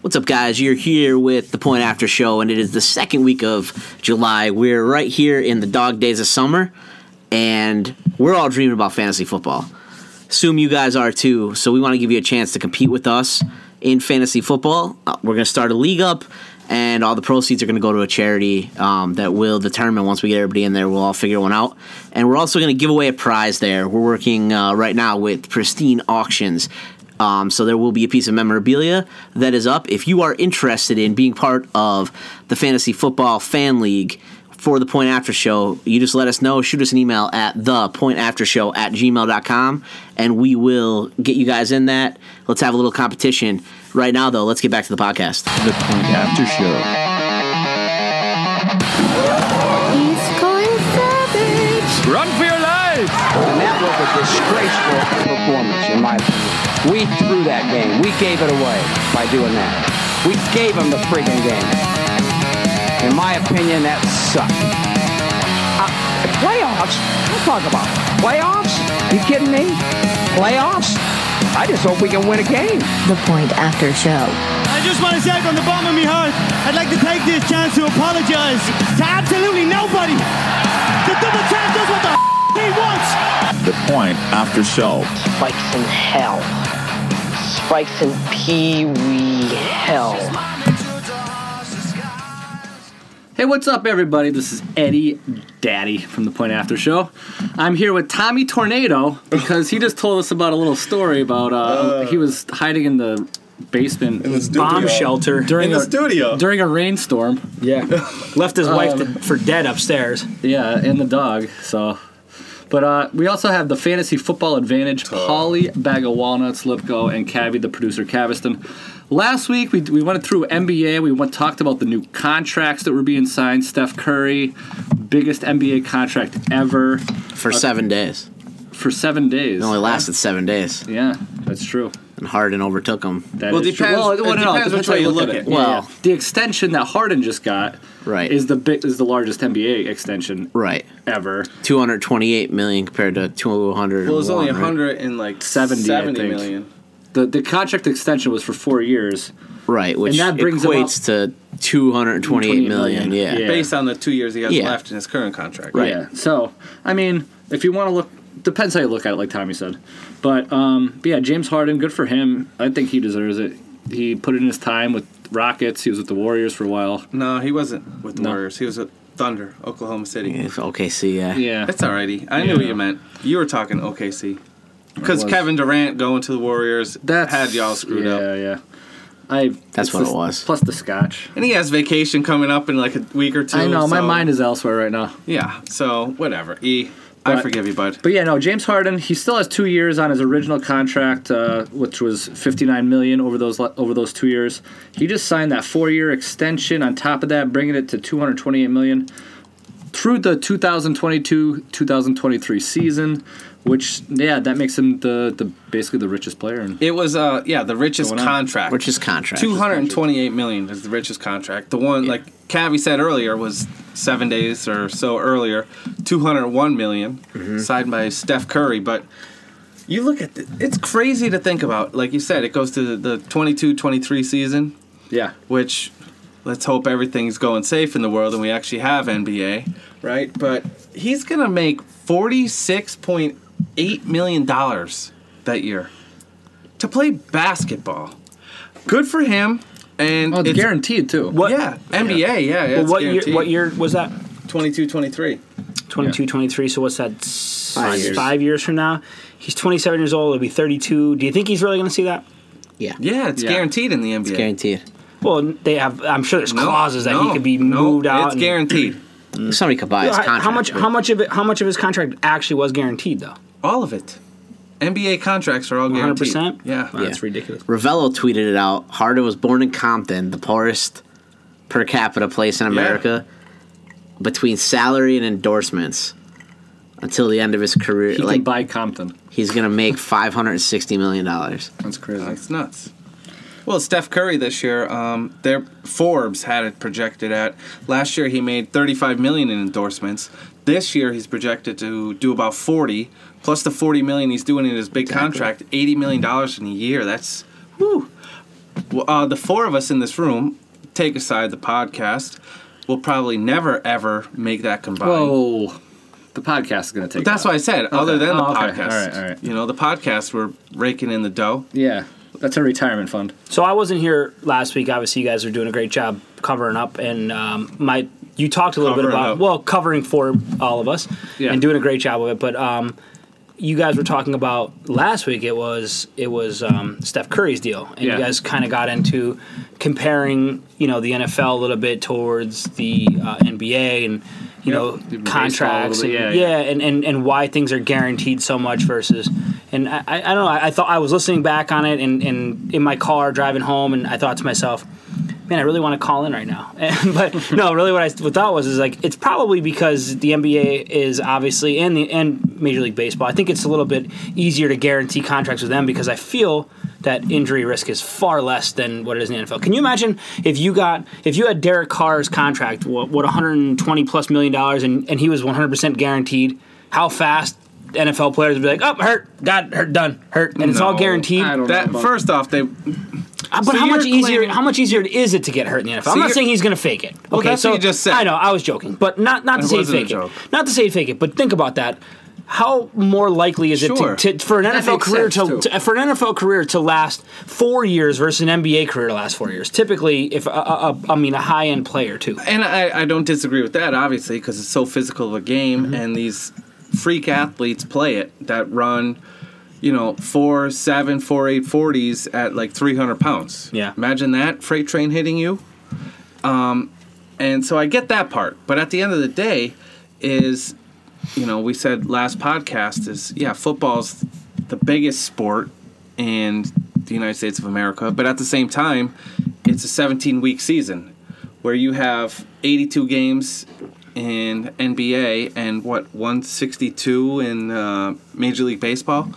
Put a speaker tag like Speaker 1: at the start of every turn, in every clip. Speaker 1: What's up, guys? You're here with the Point After Show, and it is the second week of July. We're right here in the dog days of summer, and we're all dreaming about fantasy football. Assume you guys are too, so we want to give you a chance to compete with us in fantasy football. Uh, We're going to start a league up, and all the proceeds are going to go to a charity um, that will determine once we get everybody in there, we'll all figure one out. And we're also going to give away a prize there. We're working uh, right now with Pristine Auctions. Um, so there will be a piece of memorabilia that is up. If you are interested in being part of the Fantasy Football Fan League for the Point After Show, you just let us know. Shoot us an email at thepointaftershow at gmail.com, and we will get you guys in that. Let's have a little competition. Right now, though, let's get back to the podcast.
Speaker 2: The Point After Show.
Speaker 3: He's going savage.
Speaker 2: Run for your life!
Speaker 4: And that was a disgraceful performance, in my opinion. We threw that game. We gave it away by doing that. We gave them the friggin' game. In my opinion, that sucked. Uh, playoffs? Don't talk about it. playoffs. You kidding me? Playoffs? I just hope we can win a game.
Speaker 5: The Point After Show.
Speaker 6: I just want to say from the bottom of my heart, I'd like to take this chance to apologize to absolutely nobody. The double champ does what the f- he wants.
Speaker 2: The Point After Show.
Speaker 7: spikes in hell. Spikes in pee wee hell.
Speaker 8: Hey, what's up, everybody? This is Eddie Daddy from the Point After Show. I'm here with Tommy Tornado because he just told us about a little story about uh, he was hiding in the basement
Speaker 9: In the studio.
Speaker 10: bomb shelter.
Speaker 8: during
Speaker 9: In the
Speaker 8: a,
Speaker 9: studio. Um,
Speaker 8: during a rainstorm.
Speaker 10: yeah, left his wife to, for dead upstairs.
Speaker 8: Yeah, and the dog. So, but uh, we also have the fantasy football advantage. Polly, bag of walnuts, Lipko, and Cavi, the producer, Caviston. Last week we, we went through NBA. We went, talked about the new contracts that were being signed. Steph Curry, biggest NBA contract ever
Speaker 1: For seven days.
Speaker 8: for seven days.
Speaker 1: It only lasted seven days,
Speaker 8: yeah, that's true.
Speaker 1: and Harden overtook them.
Speaker 8: That
Speaker 9: Well,
Speaker 8: is true.
Speaker 9: depends- it depends which
Speaker 8: how
Speaker 9: way you look at it.
Speaker 1: Well-
Speaker 8: the extension that Harden just got
Speaker 1: Right.
Speaker 8: is the big, is the largest NBA extension
Speaker 1: Right.
Speaker 8: ever.
Speaker 1: 228 million compared to 200.
Speaker 9: Well, it's only 100 and like
Speaker 8: 70, I
Speaker 9: 70
Speaker 8: think.
Speaker 9: million.
Speaker 8: The the contract extension was for four years.
Speaker 1: Right, which
Speaker 8: that brings him
Speaker 1: equates to 228 million.
Speaker 8: million,
Speaker 1: Yeah.
Speaker 8: yeah.
Speaker 9: Based on the two years he has
Speaker 1: Yeah.
Speaker 9: left in his current contract.
Speaker 8: Yeah. So, I mean, if you want to look, depends how you look at it, like Tommy said. But, um, but yeah, James Harden, good for him. I think he deserves it. He put in his time with Rockets. He was with the Warriors for a while.
Speaker 9: No, he wasn't with the
Speaker 8: No.
Speaker 9: Warriors. He was with Thunder, Oklahoma City.
Speaker 1: It's OKC, yeah.
Speaker 8: Yeah.
Speaker 9: It's alrighty. I knew what
Speaker 8: Yeah.
Speaker 9: you meant. You were talking OKC.
Speaker 8: It
Speaker 9: Because
Speaker 8: was.
Speaker 9: Kevin Durant going to the Warriors
Speaker 8: That's
Speaker 9: had y'all screwed
Speaker 8: yeah,
Speaker 9: up.
Speaker 8: Yeah, I.
Speaker 1: That's
Speaker 8: it's
Speaker 1: what
Speaker 8: the-
Speaker 1: it was.
Speaker 8: Plus the scotch.
Speaker 9: And he has vacation coming up in like a week or two.
Speaker 8: I know. My
Speaker 9: so-
Speaker 8: mind is elsewhere right now.
Speaker 9: Yeah, so whatever. E, I
Speaker 8: But-
Speaker 9: forgive you, bud.
Speaker 8: But yeah, no, James Harden, he still has two years on his original contract, uh, which was 59 million over those over those two years. He just signed that four-year extension on top of that, bringing it to 228 million through the 2022-2023 season, which yeah, that makes him the, the basically the richest player. And
Speaker 9: It was, uh, yeah, the richest
Speaker 8: Going on.
Speaker 9: contract.
Speaker 1: Which is contract.
Speaker 9: 228 million is the richest contract. The one like Cavi said earlier was seven days or so earlier, 201 million, signed by Steph Curry. But you look at the, it's crazy to think about. Like you said, it goes to the 22-23 season,
Speaker 8: yeah,
Speaker 9: which let's hope everything's going safe in the world and we actually have NBA, right? But he's gonna make 46.8 million dollars that year to play basketball. Good for him. And
Speaker 10: Oh,
Speaker 8: well, Oh, it's,
Speaker 9: it's-
Speaker 8: guaranteed too.
Speaker 10: What?
Speaker 9: yeah, NBA, yeah. yeah,
Speaker 10: But
Speaker 9: it's
Speaker 10: what year?
Speaker 9: guaranteed.
Speaker 10: What year was that?
Speaker 9: 22, 23.
Speaker 10: 22, 23. So what's that? s- Five
Speaker 1: years.
Speaker 10: years from now, he's 27 years old. He'll be 32. Do you think he's really going to see that?
Speaker 1: Yeah.
Speaker 9: Yeah, it's
Speaker 8: Yeah.
Speaker 9: guaranteed in the NBA.
Speaker 1: Guaranteed.
Speaker 10: Well, they have. I'm sure there's
Speaker 9: No,
Speaker 10: clauses that he
Speaker 9: no,
Speaker 10: could be
Speaker 9: no,
Speaker 10: moved out.
Speaker 9: It's
Speaker 10: and-
Speaker 9: guaranteed.
Speaker 1: Somebody could buy his
Speaker 10: How-
Speaker 1: contract.
Speaker 10: how much?
Speaker 1: but-
Speaker 10: How much of it? How much of his contract actually was guaranteed though?
Speaker 9: All of it. NBA contracts are all
Speaker 10: 100.
Speaker 9: guaranteed.
Speaker 10: percent
Speaker 9: Yeah.
Speaker 1: Yeah.
Speaker 10: that's ridiculous.
Speaker 1: Ravello tweeted it out. Harden was born in Compton, the poorest per capita place in America, between salary and endorsements until the end of his career.
Speaker 8: He
Speaker 1: like
Speaker 8: can buy Compton.
Speaker 1: he's gonna make five hundred and sixty million dollars.
Speaker 8: That's crazy.
Speaker 9: That's nuts. Well, Steph Curry this year, um, their Forbes had it projected at. Last year he made 35 million in endorsements. This year he's projected to do about 40, plus the 40 million he's doing in his big contract, 80 million dollars in a year. That's whew. Well, uh, the four of us in this room, take aside the podcast, will probably never ever make that combined.
Speaker 8: Whoa. The podcast is going to take
Speaker 9: That's
Speaker 8: that.
Speaker 9: what I said. Other than the
Speaker 8: Oh, okay.
Speaker 9: podcast,
Speaker 8: All right, all right.
Speaker 9: you know, the podcast we're raking in the dough.
Speaker 8: Yeah. That's our retirement fund.
Speaker 10: So I wasn't here last week. Obviously, you guys are doing a great job covering up, and um, my you talked a little bit
Speaker 9: Covering
Speaker 10: about
Speaker 9: up.
Speaker 10: well covering for all of us
Speaker 8: Yeah.
Speaker 10: and doing a great job of it. But um, you guys were talking about last week. It was it was um, Steph Curry's deal, and
Speaker 8: Yeah.
Speaker 10: you guys kind of got into comparing you know the NFL a little bit towards the uh, NBA and you
Speaker 8: Yep.
Speaker 10: know
Speaker 8: Even
Speaker 10: contracts
Speaker 8: baseball a little
Speaker 10: and,
Speaker 8: bit, yeah,
Speaker 10: yeah, and, and, and why things are guaranteed so much versus and I, I I don't know I, I thought I was listening back on it and, and in my car driving home and I thought to myself man I really want to call in right now but no really what I what thought was is like it's probably because the NBA is obviously and the and Major League Baseball I think it's a little bit easier to guarantee contracts with them because I feel that injury risk is far less than what it is in the NFL. Can you imagine if you got if you had Derek Carr's contract, what, what 120 plus million dollars, and, and he was 100 percent guaranteed? How fast NFL players would be like, oh, hurt, got hurt, done, hurt, and it's all
Speaker 9: No,
Speaker 10: guaranteed.
Speaker 8: I don't
Speaker 9: That
Speaker 8: know. about-
Speaker 9: first off, they
Speaker 10: Uh, but
Speaker 9: so
Speaker 10: how
Speaker 9: you're
Speaker 10: much easier?
Speaker 9: claiming-
Speaker 10: How much easier is it to get hurt in the NFL? I'm not
Speaker 9: you're-
Speaker 10: saying he's going to fake it. Okay,
Speaker 9: Well, that's
Speaker 10: so
Speaker 9: what you just said.
Speaker 10: I know I was joking, but not not to
Speaker 9: It
Speaker 10: say he'd
Speaker 9: wasn't a
Speaker 10: fake it.
Speaker 9: joke.
Speaker 10: Not to say he'd fake it, but think about that. How more likely is
Speaker 9: Sure.
Speaker 10: it to, to, for an NFL
Speaker 8: makes
Speaker 10: career
Speaker 8: sense,
Speaker 10: to,
Speaker 8: too.
Speaker 10: to for an NFL career to last four years versus an NBA career to last four years? Typically, if a, a, a, I mean a high end player too.
Speaker 9: and I, I don't disagree with that obviously because it's so physical of a game and these freak athletes play it that run you know four seven four eight forties at like 300 pounds
Speaker 10: Yeah.
Speaker 9: imagine that freight train hitting you um and so i get that part but at the end of the day is you know we said last podcast is yeah football's the biggest sport in the united states of america but at the same time it's a 17 week season where you have 82 games in NBA and what 162 in uh, Major League Baseball,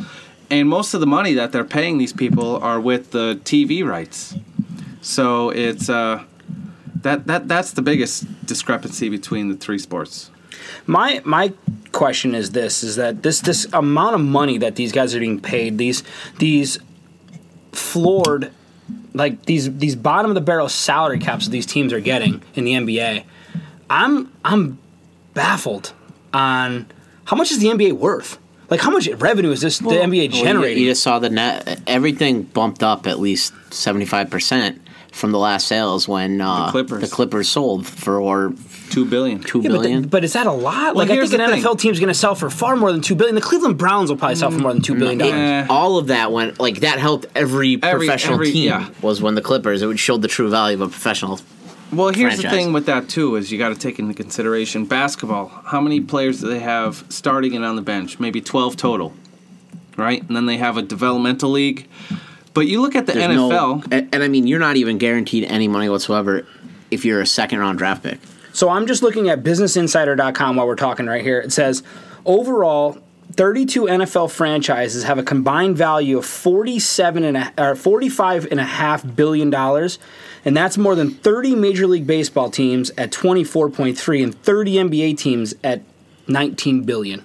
Speaker 9: and most of the money that they're paying these people are with the TV rights. So it's uh, that that that's the biggest discrepancy between the three sports.
Speaker 10: My my question is this: is that this this amount of money that these guys are being paid these these floored like these these bottom of the barrel salary caps that these teams are getting in the NBA. I'm I'm baffled on how much is the NBA worth? Like how much revenue is this the NBA
Speaker 1: Well, you-
Speaker 10: generating?
Speaker 1: You, just saw the net. Everything bumped up at least seventy five percent from the last sales when uh,
Speaker 9: Clippers.
Speaker 1: sold for or
Speaker 9: Two billion.
Speaker 1: two
Speaker 10: Yeah, but,
Speaker 1: billion.
Speaker 10: the- but is that a lot? like I
Speaker 9: here's
Speaker 10: think an
Speaker 9: the
Speaker 10: NFL team's going to sell for far more than two billion. The Cleveland Browns will probably sell for more than two billion dollars.
Speaker 9: Mm. Yeah.
Speaker 1: all of that went like that helped every,
Speaker 9: Eh. Every-
Speaker 1: professional
Speaker 9: every-
Speaker 1: team
Speaker 9: yeah.
Speaker 1: was when the Clippers it would showed the true value of a professional.
Speaker 9: Well, here's the
Speaker 1: franchise.
Speaker 9: thing with that too is you got to take into consideration basketball. How many players do they have starting and on the bench? Maybe 12 total, right? And then they have a developmental league. But you look at the
Speaker 1: There's no-
Speaker 9: NFL.
Speaker 1: and, and I mean you're not even guaranteed any money whatsoever if you're a second round draft pick.
Speaker 10: So I'm just looking at businessinsider.com while we're talking right here. It says overall 32 NFL franchises have a combined value of 47 and a, or 45 and a half billion dollars, and that's more than 30 Major League Baseball teams at 24.3 and 30 NBA teams at 19 billion.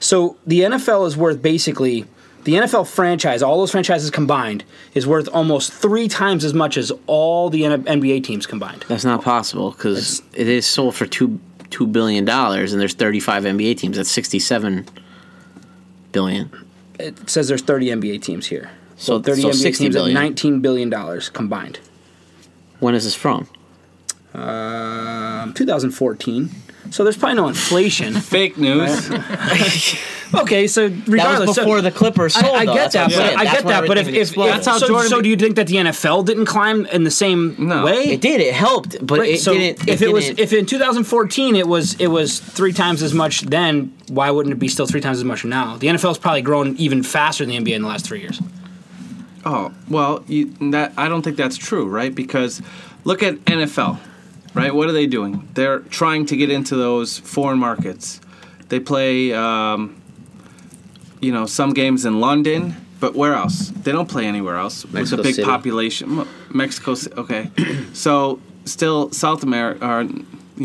Speaker 10: So the NFL is worth basically the NFL franchise, all those franchises combined, is worth almost three times as much as all the N- NBA teams combined.
Speaker 1: That's not possible because it is sold for two two billion dollars and there's 35 NBA teams. That's 67 billion.
Speaker 10: it says there's 30 NBA teams here.
Speaker 1: So-
Speaker 10: So 30
Speaker 1: so
Speaker 10: NBA
Speaker 1: 60
Speaker 10: teams
Speaker 1: billion.
Speaker 10: at 19 billion dollars combined.
Speaker 1: When is this from?
Speaker 10: Um, 2014. So there's probably no inflation.
Speaker 9: Fake news.
Speaker 10: okay, so
Speaker 1: That
Speaker 10: regardless,
Speaker 1: was
Speaker 10: so-
Speaker 1: before the Clippers sold.
Speaker 10: I, I
Speaker 1: though.
Speaker 10: get
Speaker 1: That's what
Speaker 10: that,
Speaker 1: I'm
Speaker 10: but
Speaker 1: saying.
Speaker 10: I
Speaker 1: That's
Speaker 10: get
Speaker 1: when
Speaker 10: that. But if,
Speaker 1: everything
Speaker 10: if,
Speaker 1: exploded.
Speaker 9: That's how
Speaker 10: so,
Speaker 9: Jordan
Speaker 10: so
Speaker 9: be-
Speaker 10: do you think that the NFL didn't climb in the same
Speaker 9: No.
Speaker 10: way?
Speaker 1: it did, it helped, but
Speaker 10: Right,
Speaker 1: it
Speaker 10: so
Speaker 1: didn't.
Speaker 10: if it was
Speaker 1: didn't-
Speaker 10: if in 2014 it was it was three times as much then why wouldn't it be still three times as much now? The NFL's probably grown even faster than the NBA in the last three years.
Speaker 9: Oh well, you, that I don't think that's true, right? Because look at NFL, right? What are they doing? They're trying to get into those foreign markets. They play, um, you know, some games in London, but where else? They don't play anywhere else. It's
Speaker 1: Mexico
Speaker 9: a big
Speaker 1: City.
Speaker 9: population. Mo- Mexico. Ci- Okay, so still South America, or you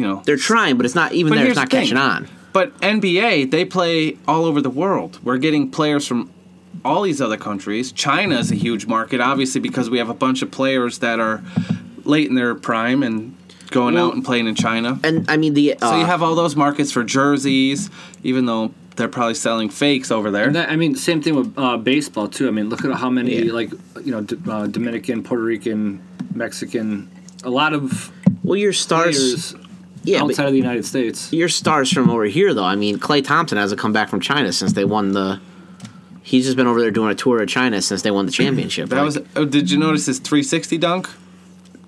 Speaker 9: know,
Speaker 1: they're trying, but it's not even
Speaker 9: But
Speaker 1: there.
Speaker 9: here's
Speaker 1: It's not
Speaker 9: the thing.
Speaker 1: catching on.
Speaker 9: But NBA, they play all over the world. We're getting players from all these other countries. China is a huge market, obviously, because we have a bunch of players that are late in their prime and going out and playing in China.
Speaker 1: And I mean the uh,
Speaker 9: so you have all those markets for jerseys, even though they're probably selling fakes over there.
Speaker 8: That- I mean, same thing with uh, baseball too. I mean, look at how many
Speaker 1: Yeah.
Speaker 8: like you know D- uh, Dominican, Puerto Rican, Mexican, a lot of
Speaker 1: well your stars
Speaker 8: players
Speaker 1: yeah but
Speaker 8: outside of the United States.
Speaker 1: your stars from over here though. I mean Clay Thompson hasn't come back from China since they won the. He's just been over there doing a tour of China since they won the championship.
Speaker 9: that
Speaker 1: Like,
Speaker 9: was. Oh, did you notice his 360 dunk?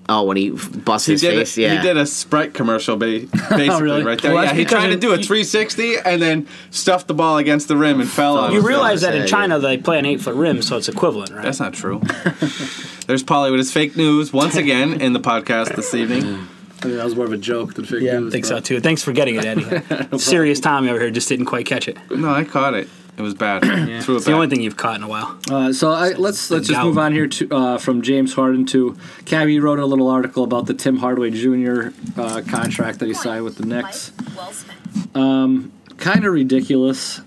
Speaker 1: oh when he f- busted his
Speaker 9: did
Speaker 1: face.
Speaker 9: a,
Speaker 1: yeah,
Speaker 9: He did a Sprite commercial, ba- basically,
Speaker 8: really?
Speaker 9: right there.
Speaker 10: Well,
Speaker 9: yeah,
Speaker 10: that's
Speaker 9: he tried to
Speaker 10: because
Speaker 9: do a
Speaker 10: you-
Speaker 9: 360 and then stuffed the ball against the rim and fell on
Speaker 1: You
Speaker 9: it.
Speaker 10: You realize that in
Speaker 1: Yeah,
Speaker 10: China they play an eight foot rim, so it's equivalent, right?
Speaker 9: That's not true. There's Polly with his fake news once again in the podcast this evening.
Speaker 8: I mean, that was more of a joke than fake
Speaker 10: yeah, I
Speaker 8: news,
Speaker 10: think so
Speaker 8: but-
Speaker 10: too. Thanks for getting it, Eddie. Serious Tommy over here just didn't quite catch it.
Speaker 9: No, I caught it. It was bad. Threw it
Speaker 10: It's the
Speaker 9: back.
Speaker 10: only thing you've caught in a while.
Speaker 8: Uh, so I, let's let's just
Speaker 10: doubt.
Speaker 8: move on here to uh, from James Harden to Cavi wrote a little article about the Tim Hardaway Jr. Uh, contract that he signed with the Knicks. Um, kind of ridiculous.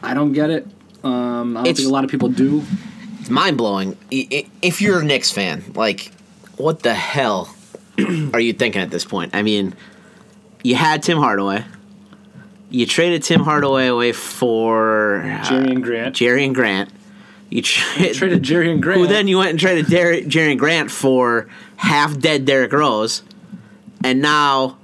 Speaker 8: I don't get it. Um, I don't
Speaker 1: It's-
Speaker 8: think a lot of people do.
Speaker 1: mind blowing. If you're a Knicks fan, like, what the hell are you thinking at this point? I mean, you had Tim Hardaway. You traded Tim Hardaway away for uh,
Speaker 8: Jerry and Grant.
Speaker 1: Jerry and Grant. You tra-
Speaker 8: traded Jerry and Grant.
Speaker 1: Who then you went and traded Der- Jerry and Grant for half dead Derrick Rose, and now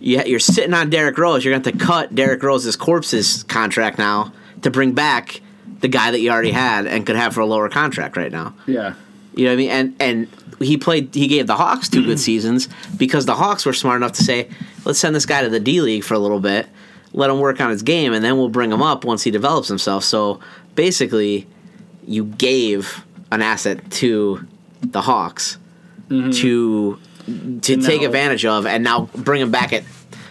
Speaker 1: you, you're sitting on Derrick Rose. You're going to have to cut Derrick Rose's corpses contract now to bring back the guy that you already had and could have for a lower contract right now.
Speaker 8: yeah.
Speaker 1: You know what I mean? And and he played. He gave the Hawks two good seasons because the Hawks were smart enough to say, "Let's send this guy to the D League for a little bit, let him work on his game, and then we'll bring him up once he develops himself." So basically, you gave an asset to the Hawks
Speaker 10: Mm-hmm.
Speaker 1: to to take
Speaker 8: now-
Speaker 1: advantage of, and now bring him back at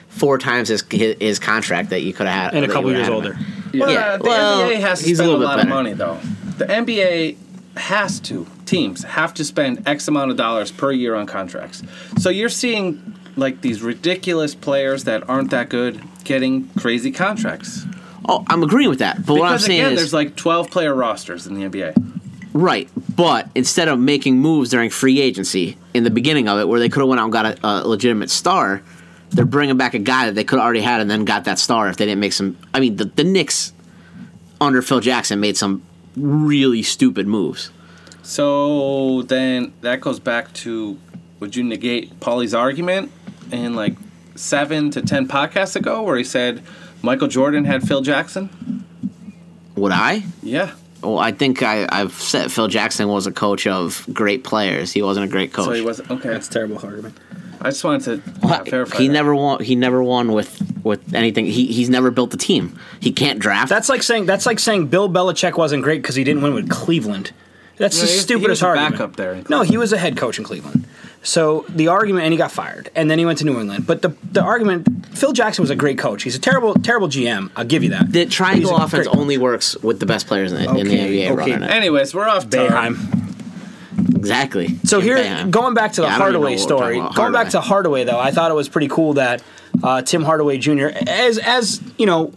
Speaker 1: four times his his, his contract that you could have had,
Speaker 10: And a
Speaker 1: that you
Speaker 10: couple
Speaker 1: would've
Speaker 10: years
Speaker 1: had him
Speaker 10: older.
Speaker 1: at.
Speaker 9: Well,
Speaker 1: Yeah,
Speaker 9: the
Speaker 1: well,
Speaker 9: NBA has to
Speaker 1: he's a
Speaker 9: spend a,
Speaker 1: little bit
Speaker 9: lot
Speaker 1: better.
Speaker 9: of money, though. The NBA has to. Teams have to spend X amount of dollars per year on contracts. So you're seeing like these ridiculous players that aren't that good getting crazy contracts.
Speaker 1: Oh, I'm agreeing with that, but what I'm
Speaker 9: Because
Speaker 1: saying
Speaker 9: again,
Speaker 1: is
Speaker 9: there's like 12 player rosters in the NBA.
Speaker 1: Right, but instead of making moves during free agency in the beginning of it, where they could have went out and got a, a legitimate star, they're bringing back a guy that they could have already had and then got that star if they didn't make some. I mean, the, the Knicks under Phil Jackson made some really stupid moves.
Speaker 9: So then that goes back to would you negate Paulie's argument in like seven to 10 podcasts ago where he said Michael Jordan had Phil Jackson?
Speaker 1: Would I?
Speaker 9: Yeah.
Speaker 1: Well, I think I, I've said Phil Jackson was a coach of great players. He wasn't a great coach.
Speaker 9: So
Speaker 10: Oh,
Speaker 9: he wasn't. Okay.
Speaker 8: That's terrible argument.
Speaker 9: I just wanted to
Speaker 1: Well,
Speaker 9: verify.
Speaker 1: he
Speaker 9: that.
Speaker 1: never won. He never won with with anything. He he's never built a team. He can't draft.
Speaker 10: That's like saying that's like saying Bill Belichick wasn't great because he didn't win with Cleveland. That's
Speaker 9: No,
Speaker 10: the
Speaker 9: he was- he
Speaker 10: stupidest
Speaker 9: was a
Speaker 10: argument.
Speaker 9: backup there in
Speaker 10: No,
Speaker 9: Cleveland.
Speaker 10: he was a head coach in Cleveland. So the argument, and he got fired, and then he went to New England. But the, the argument, Phil Jackson was a great coach. He's a terrible terrible GM. I'll give you that.
Speaker 1: the triangle
Speaker 10: He's a
Speaker 1: offense
Speaker 10: great-
Speaker 1: only works with the best players in the, in the
Speaker 10: Okay,
Speaker 1: NBA.
Speaker 10: okay.
Speaker 1: running it.
Speaker 9: Anyways, we're off target.
Speaker 10: Bayheim.
Speaker 1: Exactly.
Speaker 10: So here,
Speaker 1: Bam.
Speaker 10: going back to the
Speaker 1: Yeah, I don't even know
Speaker 10: Hardaway
Speaker 1: what we're
Speaker 10: story,
Speaker 1: talking about.
Speaker 10: going back to
Speaker 1: Hardaway.
Speaker 10: Hardaway though, I thought it was pretty cool that uh, Tim Hardaway Jr. as as you know,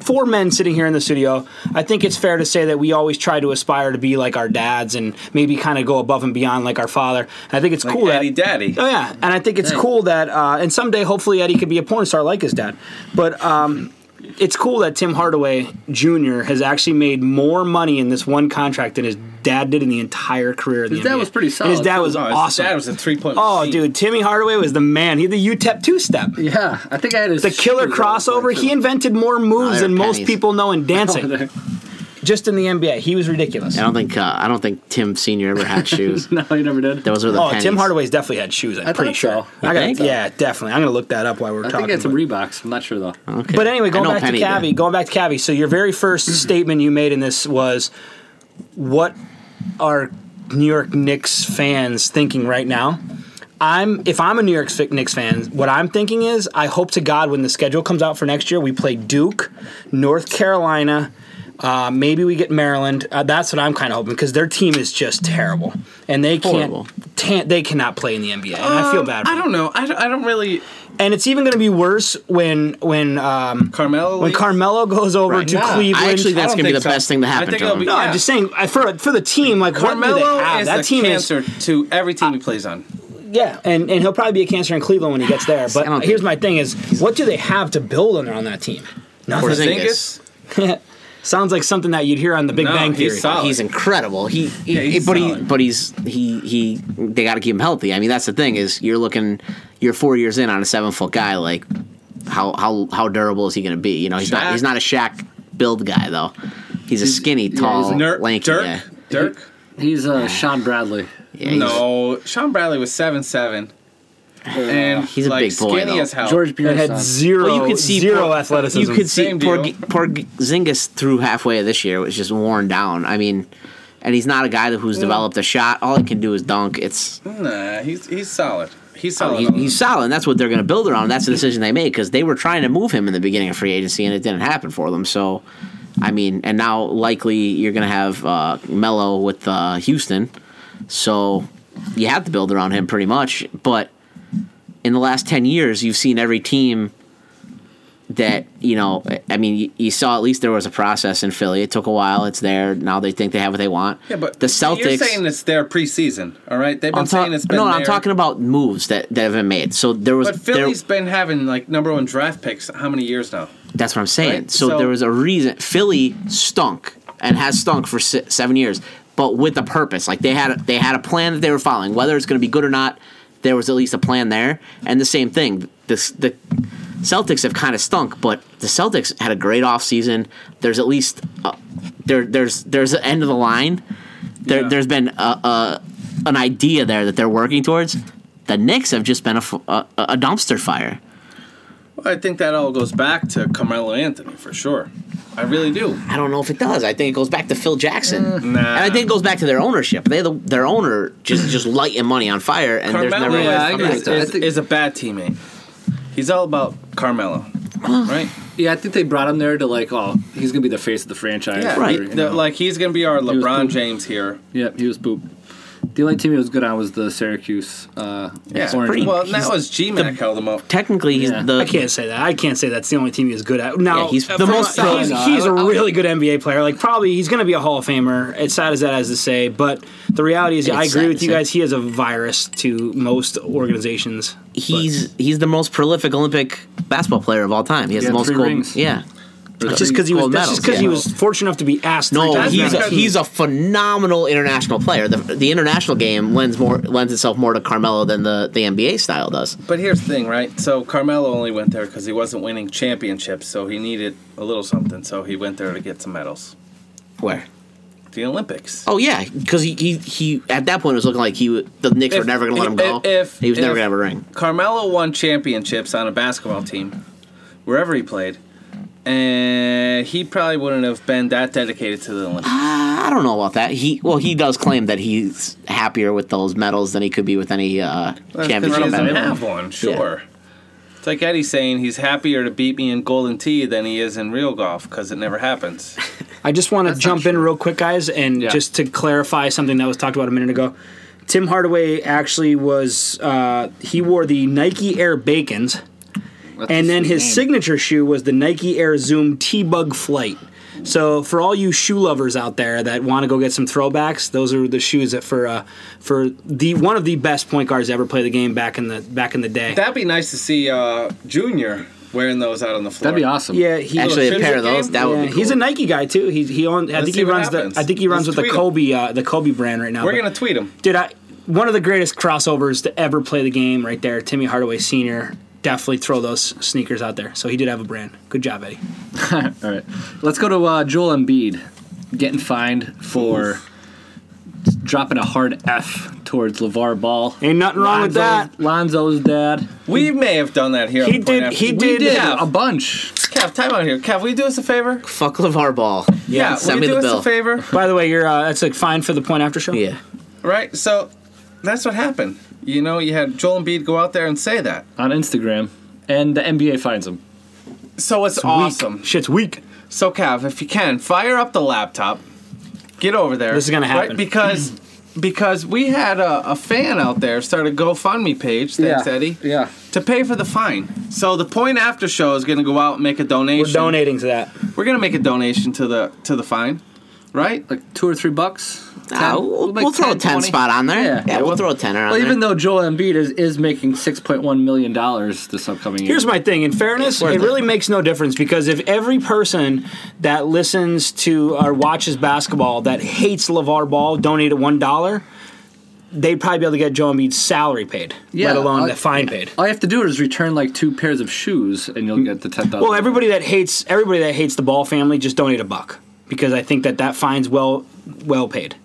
Speaker 10: four men sitting here in the studio. I think it's fair to say that we always try to aspire to be like our dads and maybe kind of go above and beyond like our father. I think it's
Speaker 9: Like
Speaker 10: cool
Speaker 9: Eddie
Speaker 10: that
Speaker 9: Daddy.
Speaker 10: Oh yeah, and I think it's cool that, uh, and someday hopefully Eddie could be a porn star like his dad. But um, it's cool that Tim Hardaway Jr. has actually made more money in this one contract than his dad did in the entire career. Of the
Speaker 8: His dad
Speaker 10: NBA.
Speaker 8: was pretty
Speaker 10: And his
Speaker 8: solid,
Speaker 10: dad
Speaker 8: too.
Speaker 10: was
Speaker 9: No, Oh, his
Speaker 10: awesome.
Speaker 9: dad was a three-point
Speaker 10: Oh,
Speaker 9: machine.
Speaker 10: dude, Timmy Hardaway was the man. He had the UTEP two step.
Speaker 8: Yeah, I think I had his
Speaker 10: The killer
Speaker 8: shoes on
Speaker 10: crossover.
Speaker 8: too.
Speaker 10: He invented more moves
Speaker 1: they're
Speaker 10: than most
Speaker 1: pennies.
Speaker 10: people know in dancing. Just in the NBA, he was ridiculous.
Speaker 1: I don't think uh, I don't think Tim Senior ever had shoes.
Speaker 8: no, he never did.
Speaker 1: Those were the
Speaker 10: Oh,
Speaker 1: pennies.
Speaker 10: Tim Hardaway's definitely had shoes. I'm
Speaker 8: I
Speaker 10: pretty
Speaker 8: thought
Speaker 10: sure.
Speaker 8: so.
Speaker 1: You
Speaker 10: I got
Speaker 1: think?
Speaker 10: yeah, definitely. I'm gonna look that up while we're
Speaker 8: I
Speaker 10: talking.
Speaker 8: think it's a
Speaker 10: but-
Speaker 8: Reeboks. I'm not sure though.
Speaker 1: Okay.
Speaker 10: But anyway,
Speaker 1: I
Speaker 10: going
Speaker 1: know
Speaker 10: back to
Speaker 1: Penny
Speaker 10: Cavi,
Speaker 1: did. Mm-hmm.
Speaker 10: going back to Cavi. So your very first statement you made in this was, "What are New York Knicks fans thinking right now?" I'm if I'm a New York fi- Knicks fan, what I'm thinking is, I hope to God when the schedule comes out for next year, we play Duke, North Carolina. Uh, maybe we get Maryland. Uh, that's what I'm kind of hoping because their team is just terrible, and they can't,
Speaker 1: Horrible.
Speaker 10: can't they cannot play in the NBA. And I feel
Speaker 9: Um,
Speaker 10: bad. For
Speaker 9: I
Speaker 10: them.
Speaker 9: don't know. I don't, I don't really.
Speaker 10: and it's even going to be worse when when um,
Speaker 9: Carmelo
Speaker 10: when
Speaker 9: leaves?
Speaker 10: Carmelo goes over
Speaker 9: Right.
Speaker 10: to
Speaker 9: Nah.
Speaker 10: Cleveland.
Speaker 1: I actually
Speaker 9: I
Speaker 1: that's
Speaker 9: don't
Speaker 1: gonna be the
Speaker 9: think so.
Speaker 1: best thing to
Speaker 9: I
Speaker 1: happen
Speaker 9: think
Speaker 1: to
Speaker 9: it'll
Speaker 1: him.
Speaker 9: be-
Speaker 10: no, I'm
Speaker 9: yeah.
Speaker 10: just saying I- for for the team like what do
Speaker 9: Carmelo
Speaker 10: they have?
Speaker 9: is
Speaker 10: that
Speaker 9: the
Speaker 10: team
Speaker 9: cancer
Speaker 10: is
Speaker 9: to every team he plays on.
Speaker 10: yeah, and and he'll probably be a cancer in Cleveland when he gets there.
Speaker 1: I don't
Speaker 10: But
Speaker 1: think-
Speaker 10: here's my thing: is what do they have to build on on that team? Nothing.
Speaker 1: Porzingis.
Speaker 9: Porzingis,
Speaker 10: Sounds like something that you'd hear on The Big
Speaker 9: No,
Speaker 10: Bang
Speaker 9: he's
Speaker 10: Theory.
Speaker 9: solid.
Speaker 1: He's incredible. He, he-
Speaker 9: Yeah, he's
Speaker 1: but he,
Speaker 9: solid.
Speaker 1: but he's he he. They got to keep him healthy. I mean, that's the thing is you're looking, you're four years in on a seven foot guy. Like, how how how durable is he going to be? You know, he's
Speaker 9: Shaq.
Speaker 1: not he's not a Shaq build guy though. He's a skinny, tall,
Speaker 9: Ner-
Speaker 1: lanky guy.
Speaker 9: Dirk. Dirk.
Speaker 8: He's uh, Sean Bradley.
Speaker 1: Yeah, he's-
Speaker 9: no, Sean Bradley was seven seven, and
Speaker 1: He's a
Speaker 9: like,
Speaker 1: big boy,
Speaker 9: skinny
Speaker 1: though.
Speaker 9: as hell.
Speaker 8: George
Speaker 10: It
Speaker 8: Beard's
Speaker 10: Oh, had
Speaker 8: son.
Speaker 10: zero
Speaker 1: Well, you could see
Speaker 10: zero
Speaker 1: Por-
Speaker 10: athleticism.
Speaker 1: You could see
Speaker 9: Same
Speaker 1: poor,
Speaker 9: deal.
Speaker 1: poor Zingas through halfway of this year was just worn down. I mean, and he's not a guy that who's developed a shot. All he can do is dunk. It's
Speaker 9: Nah, he's he's solid. He's
Speaker 1: Oh,
Speaker 9: solid.
Speaker 1: he's, he's solid. And that's what they're going to build around. That's the decision they made because they were trying to move him in the beginning of free agency, and it didn't happen for them. So, I mean, and now likely you're going to have uh, Melo with uh, Houston. So you have to build around him pretty much. But in the last ten years, you've seen every team that you know. I mean, you, you saw at least there was a process in Philly. It took a while. It's there now. They think they have what they want.
Speaker 9: yeah, but
Speaker 1: the Celtics.
Speaker 9: You're saying it's their preseason, all right? They've been
Speaker 1: I'm ta-
Speaker 9: saying it's been
Speaker 1: no,
Speaker 9: there.
Speaker 1: I'm talking about moves that, that have been made. So there was
Speaker 9: But
Speaker 1: there-
Speaker 9: Philly's been having like number one draft picks how many years now?
Speaker 1: That's what I'm saying.
Speaker 9: Right?
Speaker 1: So,
Speaker 9: So-
Speaker 1: there was a reason. Philly stunk and has stunk for si- seven years, but with a purpose. Like they had a, they had a plan that they were following. Whether it's going to be good or not, there was at least a plan there. And the same thing. This the Celtics have kind of stunk, but the Celtics had a great offseason. There's at least uh, there there's there's an end of the line. There
Speaker 9: Yeah.
Speaker 1: there's been a, a an idea there that they're working towards. The Knicks have just been a f a a a dumpster fire.
Speaker 9: Well, I think that all goes back to Carmelo Anthony for sure. I really do.
Speaker 1: I don't know if it does. I think it goes back to Phil Jackson, and
Speaker 9: nah.
Speaker 1: I think it goes back to their ownership. They the, their owner just just lighting money on fire, and there's
Speaker 9: Carmelo
Speaker 1: never
Speaker 8: yeah, I
Speaker 1: a
Speaker 8: agree
Speaker 1: back
Speaker 8: with
Speaker 1: to
Speaker 8: that.
Speaker 1: it.
Speaker 9: is, is, is a bad teammate. He's all about Carmelo, right?
Speaker 8: Yeah, I think they brought him there to like, oh, he's gonna be the face of the franchise.
Speaker 9: Yeah,
Speaker 1: Right.
Speaker 8: Or, you
Speaker 9: The-
Speaker 8: know.
Speaker 9: like he's gonna be our
Speaker 8: was
Speaker 9: LeBron
Speaker 8: poop.
Speaker 9: James here.
Speaker 8: yeah, he was poop. The only team he was good on was the Syracuse. Uh,
Speaker 9: Yeah,
Speaker 8: Orange
Speaker 1: pretty-
Speaker 8: Bowl.
Speaker 9: well, that was G Mac held him up.
Speaker 1: Technically, he's
Speaker 8: Yeah.
Speaker 1: the
Speaker 10: I can't say that. I can't say that's the only team he's good at. Now
Speaker 1: Um, Yeah, he's
Speaker 10: uh,
Speaker 1: the
Speaker 10: from
Speaker 1: most
Speaker 10: a-
Speaker 1: pro-
Speaker 10: He's,
Speaker 1: No,
Speaker 10: he's a really good NBA player. Like probably he's going to be a Hall of Famer. As sad as that is to say, but the reality is,
Speaker 1: It's
Speaker 10: I agree
Speaker 1: sad
Speaker 10: with
Speaker 1: to
Speaker 10: you
Speaker 1: say.
Speaker 10: guys. He is a virus to most organizations.
Speaker 1: he's he's the most prolific Olympic basketball player of all time. He has
Speaker 8: Yeah,
Speaker 1: the most
Speaker 8: three
Speaker 1: gold.
Speaker 8: rings.
Speaker 1: Yeah,
Speaker 10: That's just because he was.
Speaker 1: Gold
Speaker 10: That's
Speaker 1: medals,
Speaker 10: just because he
Speaker 1: yeah.
Speaker 10: was fortunate enough to be asked. three
Speaker 1: no,
Speaker 10: times.
Speaker 9: That's
Speaker 1: he's a,
Speaker 9: because-
Speaker 1: he's a phenomenal international player. The, the international game lends more lends itself more to Carmelo than the, the NBA style does.
Speaker 9: But here's the thing, right? So Carmelo only went there because he wasn't winning championships, so he needed a little something. So he went there to get some medals.
Speaker 1: Where?
Speaker 9: The Olympics.
Speaker 1: Oh yeah, because he, he he at that point it was looking like he w- the Knicks were
Speaker 9: If-
Speaker 1: never going to let him
Speaker 9: if-
Speaker 1: go.
Speaker 9: if-
Speaker 1: he was never going
Speaker 9: if-
Speaker 1: to have a ring.
Speaker 9: Carmelo won championships on a basketball team, wherever he played, and he probably wouldn't have been that dedicated to the Olympics.
Speaker 1: I don't know about that. He well, he does claim that he's happier with those medals than he could be with any uh,
Speaker 9: That's 'cause
Speaker 1: championship
Speaker 9: he doesn't
Speaker 1: medal.
Speaker 9: have one, sure. It's like Eddie saying he's happier to beat me in Golden Tee than he is in real golf because it never happens.
Speaker 10: I just want to jump in real quick, guys, and
Speaker 8: Yeah.
Speaker 10: just to clarify something that was talked about a minute ago. Tim Hardaway actually was uh, he wore the Nike Air Bacon's,
Speaker 8: That's
Speaker 10: and
Speaker 8: a
Speaker 10: then
Speaker 8: sweet
Speaker 10: his
Speaker 8: name.
Speaker 10: signature shoe was the Nike Air Zoom T Bug Flight. So for all you shoe lovers out there that want to go get some throwbacks, those are the shoes that for uh, for the one of the best point guards to ever play the game back in the back in the day.
Speaker 9: That'd be nice to see uh, Junior wearing those out on the floor.
Speaker 8: That'd be awesome.
Speaker 10: yeah, he
Speaker 1: Actually, a
Speaker 9: Little
Speaker 1: pair of
Speaker 9: trivia
Speaker 1: those
Speaker 9: game?
Speaker 1: that would
Speaker 10: yeah,
Speaker 1: be cool.
Speaker 10: he's a Nike guy too. He he owns. I
Speaker 9: Let's
Speaker 10: think
Speaker 9: see
Speaker 10: he
Speaker 9: what
Speaker 10: runs
Speaker 9: happens.
Speaker 10: the I think he runs with
Speaker 9: Let's
Speaker 10: the
Speaker 9: tweet him.
Speaker 10: Kobe uh, the Kobe brand right now.
Speaker 9: We're
Speaker 10: but-
Speaker 9: gonna tweet him.
Speaker 10: Dude, I one of the greatest crossovers to ever play the game, right there. Timmy Hardaway Senior. Definitely throw those sneakers out there. So he did have a brand. Good job, Eddie.
Speaker 8: All right, let's go to uh, Joel Embiid getting fined for dropping a hard F towards Levar Ball.
Speaker 10: Ain't nothing wrong with that.
Speaker 8: Lonzo's dad.
Speaker 9: We may have done that here.
Speaker 10: He
Speaker 9: on Point
Speaker 10: did-
Speaker 9: After.
Speaker 10: he
Speaker 9: We
Speaker 10: did-
Speaker 8: Yeah, a
Speaker 9: Cav,
Speaker 8: bunch.
Speaker 9: Cav, time out here. Cav, will you do us a favor?
Speaker 1: Fuck LeVar Ball.
Speaker 9: Yeah, will
Speaker 1: send
Speaker 9: you
Speaker 1: me
Speaker 9: do
Speaker 1: the
Speaker 9: us
Speaker 1: bill.
Speaker 9: a favor?
Speaker 10: By the way, you're uh, that's like fine for the point after show.
Speaker 1: Yeah,
Speaker 9: Right? So that's what happened. You know, you had Joel Embiid go out there and say that.
Speaker 8: on Instagram, and the NBA finds him.
Speaker 9: So it's, awesome.
Speaker 10: Shit's weak.
Speaker 9: So Cav, if you can, fire up the laptop. Get over there.
Speaker 10: This is gonna happen.
Speaker 9: Right? Because because we had a, a fan out there start a GoFundMe page. Thanks,
Speaker 8: yeah.
Speaker 9: Eddie.
Speaker 8: Yeah.
Speaker 9: To pay for the fine. So the point after show is going to go out and make a donation.
Speaker 10: We're donating to that.
Speaker 9: We're going to make a donation to the to the fine, right?
Speaker 8: Like two or three bucks.
Speaker 1: Ah, we'll,
Speaker 8: Like
Speaker 1: we'll throw a 10
Speaker 8: 20.
Speaker 1: spot on there.
Speaker 8: Yeah.
Speaker 1: Yeah, we'll, throw a 10 on
Speaker 8: Well,
Speaker 1: there.
Speaker 8: even though Joel Embiid is, is making six point one million dollars this upcoming year.
Speaker 10: Here's my thing. In fairness,
Speaker 1: worth
Speaker 10: it
Speaker 1: it.
Speaker 10: really makes no difference because if every person that listens to or watches basketball that hates LeVar Ball donated one dollar, they'd probably be able to get Joe Embiid's salary paid,
Speaker 8: Yeah,
Speaker 10: let alone
Speaker 1: uh,
Speaker 8: I-
Speaker 10: the fine paid.
Speaker 8: All you have to do is return like two pairs of shoes, and you'll get the ten thousand.
Speaker 10: Well, everybody that hates everybody that hates the Ball family just donate a buck because I think that that fine's well well paid.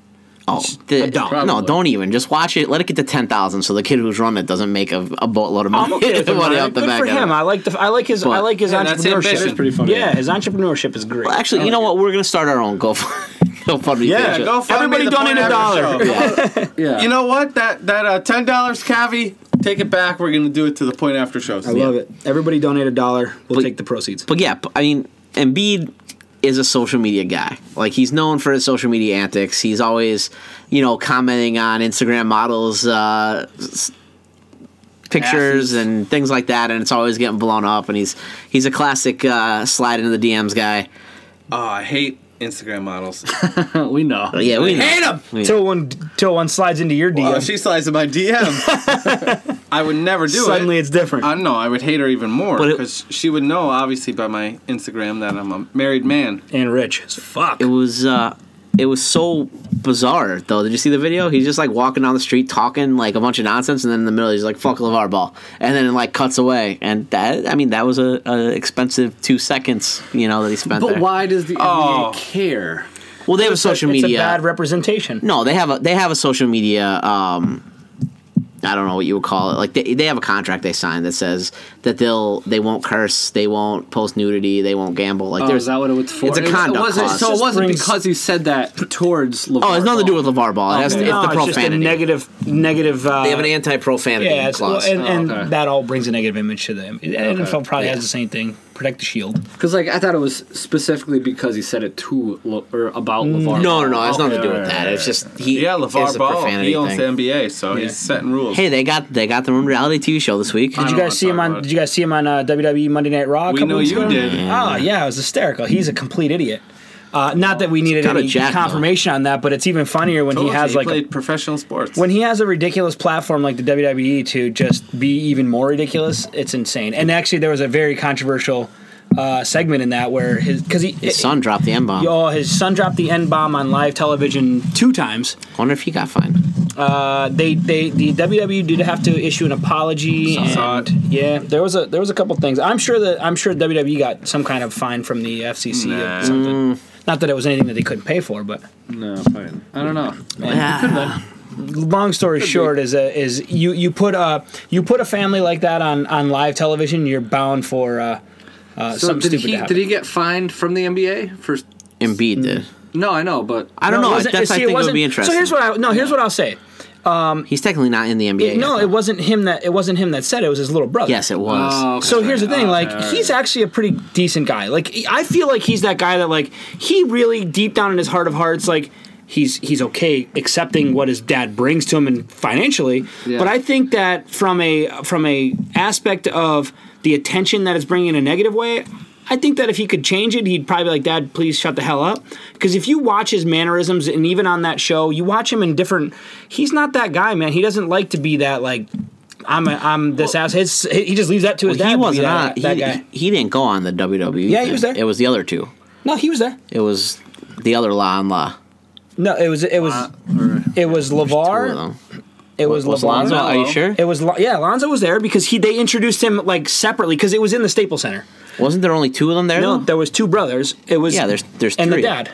Speaker 1: Oh, the-
Speaker 10: a
Speaker 1: no,
Speaker 10: dollar.
Speaker 8: Probably.
Speaker 1: don't even. Just watch it. Let it get to 10,000 so the kid who's running it doesn't make a, a boatload of money. money out the
Speaker 10: Good
Speaker 1: back
Speaker 10: for
Speaker 1: end of
Speaker 10: him.
Speaker 1: it.
Speaker 10: I like the I like his I
Speaker 1: But-
Speaker 10: like his
Speaker 9: Yeah, that's
Speaker 10: entrepreneurship.
Speaker 9: ambition. That is pretty
Speaker 8: funny.
Speaker 10: Yeah, his entrepreneurship is great.
Speaker 1: Well, actually, you know what? We're going to start our own GoFundMe. GoFundMe
Speaker 10: Yeah,
Speaker 1: page.
Speaker 9: GoFundMe
Speaker 10: Everybody
Speaker 9: the point
Speaker 10: donate a
Speaker 9: after
Speaker 10: dollar.
Speaker 9: show.
Speaker 8: yeah.
Speaker 9: You know what? That that uh, ten dollars, Cavi. Take it back. We're gonna do it to the point after shows.
Speaker 10: I love it. Everybody donate a dollar. We'll take the proceeds.
Speaker 1: But yeah, I mean, Embiid is a social media guy. Like he's known for his social media antics. He's always, you know, commenting on Instagram models' uh, s- pictures
Speaker 8: Asses.
Speaker 1: and things like that, and it's always getting blown up. And he's he's a classic uh, slide into the DMs guy.
Speaker 9: Oh, I hate Instagram models.
Speaker 8: we know.
Speaker 1: But Oh, yeah, we know.
Speaker 9: hate them.
Speaker 10: Till one till one slides into your DM,
Speaker 9: Oh, she slides in my DM. I would never do
Speaker 10: suddenly
Speaker 9: it.
Speaker 10: it's different.
Speaker 9: I know. I would hate her even more
Speaker 1: But it-
Speaker 9: because she would know, obviously, by my Instagram that I'm a married man.
Speaker 10: and rich as fuck.
Speaker 1: It was uh, it was so bizarre though. Did you see the video? He's just like walking down the street talking like a bunch of nonsense, and then in the middle he's like "fuck LeVar Ball," and then it like cuts away. And that I mean that was a, a expensive two seconds you know that he spent
Speaker 8: But
Speaker 1: there.
Speaker 8: why does the
Speaker 9: Oh.
Speaker 8: NBA care?
Speaker 1: Well, they have a social
Speaker 10: it's
Speaker 1: media.
Speaker 10: a bad representation.
Speaker 1: no, they have a they have a social media. Um, I don't know what you would call it. Like they, they have a contract they signed that says that they'll they won't curse, they won't post nudity, they won't gamble. Like
Speaker 8: Oh,
Speaker 1: there's
Speaker 8: is that what it was for?
Speaker 1: It's a
Speaker 8: It- it
Speaker 1: conduct
Speaker 8: wasn't-
Speaker 1: clause.
Speaker 8: So it
Speaker 1: Just
Speaker 8: wasn't
Speaker 10: brings-
Speaker 8: because he said that towards LeVar.
Speaker 1: Oh, it's nothing to do
Speaker 8: Ball.
Speaker 1: with LeVar Ball. It has to,
Speaker 10: No,
Speaker 1: it's the
Speaker 10: it's just a
Speaker 1: profanity.
Speaker 10: negative negative. Uh,
Speaker 1: they have an anti-profanity
Speaker 10: yeah, it's, well,
Speaker 1: clause.
Speaker 10: and, and
Speaker 8: okay.
Speaker 10: that all brings a negative image to them. The NFL probably has the same thing. Protect the shield.
Speaker 8: Because like I thought it was specifically because he said it to Le- or about LeVar.
Speaker 1: No,
Speaker 8: Ball.
Speaker 1: no, no. It has
Speaker 8: Okay,
Speaker 1: nothing to do
Speaker 8: all
Speaker 1: with
Speaker 8: right,
Speaker 1: that.
Speaker 8: all
Speaker 1: It's
Speaker 8: right.
Speaker 1: just he.
Speaker 9: Yeah,
Speaker 1: it's
Speaker 9: LeVar
Speaker 1: a
Speaker 9: Ball.
Speaker 1: profanity
Speaker 9: He owns
Speaker 1: thing.
Speaker 9: the NBA, so he's setting rules.
Speaker 1: Hey, they got they got their own reality TV show this week.
Speaker 9: I
Speaker 10: Did you
Speaker 9: don't wanna
Speaker 10: guys see him
Speaker 9: talk
Speaker 10: on?
Speaker 9: about it.
Speaker 10: Did you guys see him on uh, WWE Monday Night Raw? a
Speaker 9: We
Speaker 10: couple
Speaker 9: know
Speaker 10: weeks
Speaker 9: you
Speaker 10: ago?
Speaker 9: did.
Speaker 10: Oh yeah, it was hysterical. He's a complete idiot. Uh, not that we needed
Speaker 1: kinda
Speaker 10: any
Speaker 1: jacked, though.
Speaker 10: confirmation on that, but it's even funnier when he
Speaker 9: Told you,
Speaker 10: has like a
Speaker 9: played professional sports.
Speaker 10: when he has a ridiculous platform like the WWE to just be even more ridiculous, it's insane. And actually, there was a very controversial uh, segment in that where his because he
Speaker 1: His son dropped the M bomb. I
Speaker 10: Yo, his son dropped the N bomb on live television two times.
Speaker 1: wonder if he got fined.
Speaker 10: Uh, they, they, the WWE did have to issue an apology.
Speaker 9: I saw
Speaker 10: and-
Speaker 9: it.
Speaker 10: Yeah, there was a, there was a couple things. I'm sure that I'm sure WWE got some kind of fine from the FCC
Speaker 9: Nah.
Speaker 10: or something. Not that it was anything that they couldn't pay for, but
Speaker 8: No, fine. I don't know.
Speaker 10: long story short is a, is you you put a you put a family like that on on live television you're bound for uh, uh,
Speaker 8: So
Speaker 10: something
Speaker 8: did
Speaker 10: stupid
Speaker 8: he
Speaker 10: to happen.
Speaker 8: did he get fined from the NBA for?
Speaker 1: Embiid did.
Speaker 8: No, I know, but
Speaker 1: I don't
Speaker 10: Mm. No, it
Speaker 1: know.
Speaker 10: wasn't-
Speaker 1: That's,
Speaker 10: see,
Speaker 1: I
Speaker 10: it
Speaker 1: think it would
Speaker 10: wasn't-
Speaker 1: be interesting.
Speaker 10: So here's what I no here's what I'll say.
Speaker 1: He's technically not in the NBA. yet,
Speaker 10: no,
Speaker 1: though.
Speaker 10: it wasn't him that it wasn't him that said it, it was his little brother.
Speaker 1: Yes, it was.
Speaker 8: Oh, okay.
Speaker 10: So here's the thing,
Speaker 8: Okay,
Speaker 10: like
Speaker 8: all right.
Speaker 10: he's actually a pretty decent guy. Like I feel like he's that guy that like he really deep down in his heart of hearts like he's he's okay accepting what his dad brings to him and financially.
Speaker 8: Yeah.
Speaker 10: But I think that from a from a aspect of the attention that it's bringing in a negative way, I think that if he could change it, he'd probably be like, Dad, please shut the hell up. Because if you watch his mannerisms, and even on that show, you watch him in different. He's not that guy, man. He doesn't like to be that like. I'm a, I'm this ass. His he just leaves that to his
Speaker 1: he
Speaker 10: dad. to be
Speaker 1: was not.
Speaker 10: that, that
Speaker 1: he,
Speaker 10: guy.
Speaker 1: he, he didn't go on the WWE.
Speaker 10: Yeah, he
Speaker 1: thing.
Speaker 10: was there.
Speaker 1: It was the other two.
Speaker 10: no, he was there.
Speaker 1: It was the other law and law.
Speaker 10: No, it was it was
Speaker 1: Uh,
Speaker 10: it was
Speaker 1: Two of
Speaker 10: Lavar.
Speaker 1: them.
Speaker 10: It was
Speaker 1: Was
Speaker 10: Lavar.
Speaker 1: Lonzo? Are you
Speaker 9: Melo.
Speaker 1: sure?
Speaker 10: It was Lo- yeah, Lonzo was there because he they introduced him like separately because it was in the Staples Center.
Speaker 1: Wasn't there only two of them there?
Speaker 10: No,
Speaker 1: though?
Speaker 10: there was two brothers. It was
Speaker 1: Yeah, there's- there's
Speaker 10: and
Speaker 1: three.
Speaker 10: the dad.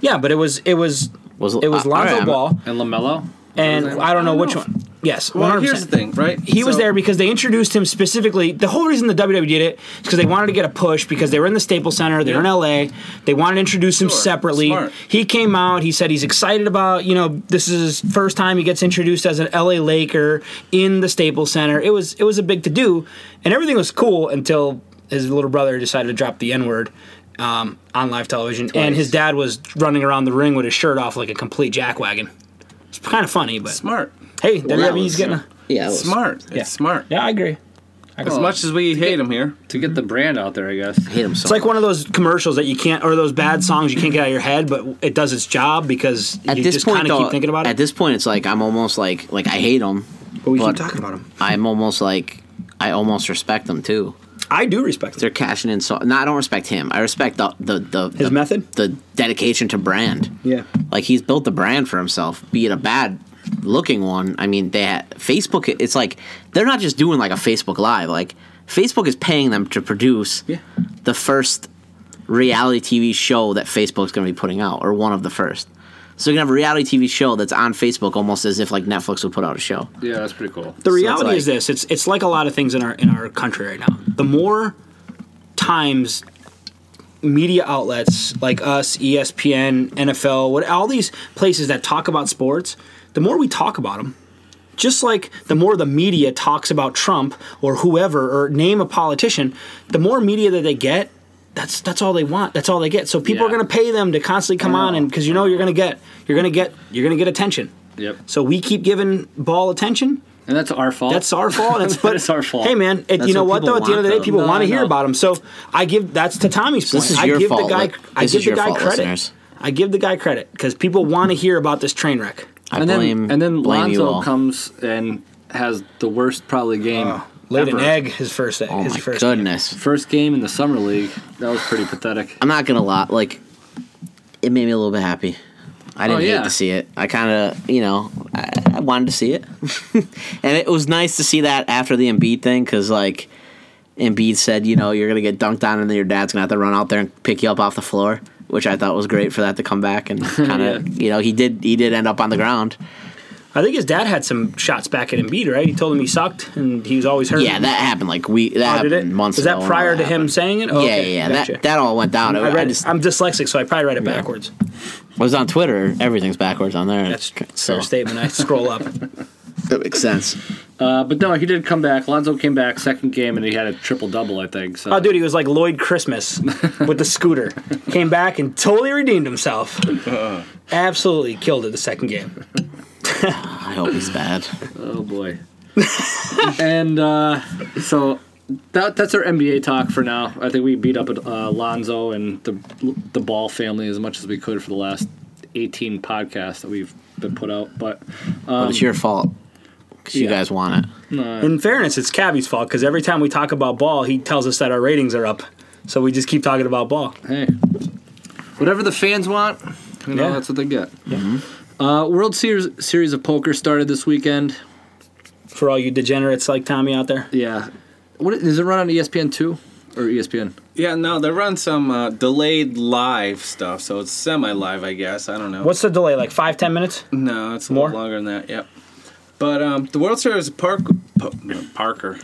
Speaker 10: Yeah, but it was it was
Speaker 1: Was-
Speaker 10: it was
Speaker 1: uh,
Speaker 10: Lonzo
Speaker 1: all right,
Speaker 10: Ball
Speaker 8: and Lamelo.
Speaker 10: and I don't know
Speaker 9: I don't
Speaker 10: which
Speaker 9: know.
Speaker 10: one. Yes, one
Speaker 9: well,
Speaker 10: hundred
Speaker 9: here's the
Speaker 10: percent.
Speaker 9: thing, right?
Speaker 10: He was
Speaker 9: So-
Speaker 10: there because they introduced him specifically. The whole reason the WWE did it is because they wanted to get a push because they were in the Staples Center, they're in LA. They wanted to introduce him
Speaker 9: Sure.
Speaker 10: separately.
Speaker 9: Smart.
Speaker 10: He came out. He said he's excited about you know this is his first time he gets introduced as an LA Laker in the Staples Center. It was it was a big to do, and everything was cool until his little brother decided to drop the N word. Um, on live television, and his dad was running around the ring with his shirt off like a complete jackwagon. It's kind of funny, but
Speaker 9: Smart.
Speaker 10: hey,
Speaker 1: that
Speaker 10: WWE's
Speaker 1: was-
Speaker 10: getting. A,
Speaker 1: Yeah, it was-
Speaker 9: Smart. It's smart.
Speaker 10: yeah, I agree.
Speaker 9: As much as we hate him here,
Speaker 8: to get the brand out there, I guess.
Speaker 1: I hate him so.
Speaker 10: It's like one of those commercials that you can't, or those bad songs you can't get out of your head, but it does its job because
Speaker 1: at
Speaker 10: you
Speaker 1: this
Speaker 10: just
Speaker 1: point,
Speaker 10: kind of
Speaker 1: though,
Speaker 10: keep thinking about it.
Speaker 1: at this point, it's like I'm almost like like I hate him,
Speaker 9: but we
Speaker 1: But-
Speaker 9: keep talking about him.
Speaker 1: I'm almost like I almost respect them too.
Speaker 10: I do respect
Speaker 1: They're
Speaker 10: it.
Speaker 1: cashing in so. No, I don't respect him. I respect the the the
Speaker 10: His
Speaker 1: the-
Speaker 10: method?
Speaker 1: the dedication to brand.
Speaker 10: Yeah.
Speaker 1: like he's built the brand for himself, be it a bad looking one. I mean, they had Facebook. It's like they're not just doing like a Facebook Live. Like Facebook is paying them to produce the first reality TV show that Facebook's going to be putting out, or one of the first. So you're gonna have a reality TV show that's on Facebook, almost as if like Netflix would put out a show.
Speaker 8: Yeah, that's pretty cool.
Speaker 10: The reality is
Speaker 1: like-
Speaker 10: this: it's it's like a lot of things in our in our country right now. The more times media outlets like us, E ESPN, NFL, what all these places that talk about sports, the more we talk about them. Just like the more the media talks about Trump or whoever or name a politician, the more media that they get, that's that's all they want. That's all they get. So people are
Speaker 8: Yeah.
Speaker 10: going to pay them to constantly come on and because you know you're going to get you're going to get you're going to get attention.
Speaker 8: Yep.
Speaker 10: So we keep giving ball attention.
Speaker 8: And that's our fault.
Speaker 10: That's our fault. It's,
Speaker 8: That
Speaker 10: but
Speaker 8: is our fault.
Speaker 10: Hey, man, it, you
Speaker 1: That's
Speaker 10: know
Speaker 1: what
Speaker 10: what though? At
Speaker 1: people
Speaker 10: the end of the
Speaker 1: want,
Speaker 10: day,
Speaker 1: though.
Speaker 10: people
Speaker 8: No,
Speaker 10: want
Speaker 8: I
Speaker 10: to hear
Speaker 8: know.
Speaker 10: about him. So I give that's to Tommy's point.
Speaker 1: This is
Speaker 10: I
Speaker 1: your
Speaker 10: give
Speaker 1: fault,
Speaker 10: the guy.
Speaker 1: look.
Speaker 10: I
Speaker 1: This
Speaker 10: give
Speaker 1: is
Speaker 10: the
Speaker 1: your
Speaker 10: guy
Speaker 1: fault,
Speaker 10: credit.
Speaker 1: listeners.
Speaker 10: I give the guy credit because people want to hear about this train wreck.
Speaker 1: I
Speaker 8: and
Speaker 1: blame
Speaker 8: then and then
Speaker 1: blame you
Speaker 8: Lonzo
Speaker 1: all.
Speaker 8: comes and has the worst probably game.
Speaker 10: Laid an
Speaker 8: ever.
Speaker 10: egg his first egg.
Speaker 1: oh
Speaker 10: his
Speaker 1: my
Speaker 10: first
Speaker 1: goodness.
Speaker 8: First game in the summer league. That was pretty pathetic.
Speaker 1: I'm not gonna lie, like it made me a little bit happy. I didn't
Speaker 8: yeah.
Speaker 1: hate to see it. I kind of, you know, I, I wanted to see it, and it was nice to see that after the Embiid thing because like Embiid said, you know, you're gonna get dunked on, and then your dad's gonna have to run out there and pick you up off the floor, which I thought was great for that to come back and kind of, you know, he did he did end up on the ground.
Speaker 10: I think his dad had some shots back at Embiid, right? He told him he sucked and he was always hurt.
Speaker 1: Yeah, that happened like we that
Speaker 10: Oh, did
Speaker 1: happened
Speaker 10: it?
Speaker 1: months
Speaker 10: Was
Speaker 1: ago.
Speaker 10: that
Speaker 1: when
Speaker 10: prior
Speaker 1: all
Speaker 10: to him
Speaker 1: happened.
Speaker 10: saying it?
Speaker 1: yeah,
Speaker 10: okay,
Speaker 1: yeah,
Speaker 10: gotcha.
Speaker 1: that that all went down.
Speaker 10: I
Speaker 1: I,
Speaker 10: read.
Speaker 1: just,
Speaker 10: I'm dyslexic, so I probably read it backwards.
Speaker 1: I was on Twitter. Everything's backwards on there.
Speaker 10: That's a
Speaker 1: so
Speaker 10: fair statement. I scroll up.
Speaker 1: that makes sense.
Speaker 8: Uh, but no, he did come back. Lonzo came back second game and he had a triple double, I think. So
Speaker 10: Oh, dude, he was like Lloyd Christmas with the scooter. Came back and totally redeemed himself.
Speaker 9: Uh-huh.
Speaker 10: Absolutely killed it the second game.
Speaker 1: I hope he's bad.
Speaker 8: Oh boy. and uh, so that that's our NBA talk for now. I think we beat up uh, Lonzo and the the Ball family as much as we could for the last 18 podcasts that we've been put out. But
Speaker 1: but
Speaker 5: Um,
Speaker 1: it's your fault because you
Speaker 8: yeah.
Speaker 1: guys want it.
Speaker 10: In fairness, it's Cavi's fault because every time we talk about ball, he tells us that our ratings are up. So we just keep talking about ball.
Speaker 8: hey, whatever the fans want, you know
Speaker 10: Yeah.
Speaker 8: that's what they get. Uh, World Series Series of Poker started this weekend.
Speaker 10: For all you degenerates like Tommy out there.
Speaker 8: Yeah, what is it run on E ESPN two or E ESPN?
Speaker 9: Yeah, no, they run some uh, delayed live stuff, so it's semi-live, I guess. I don't know.
Speaker 10: What's the delay? Like five, ten minutes?
Speaker 9: No, it's a
Speaker 10: More?
Speaker 9: little longer than that. Yep. But um, the World Series of Park, po- no, Parker.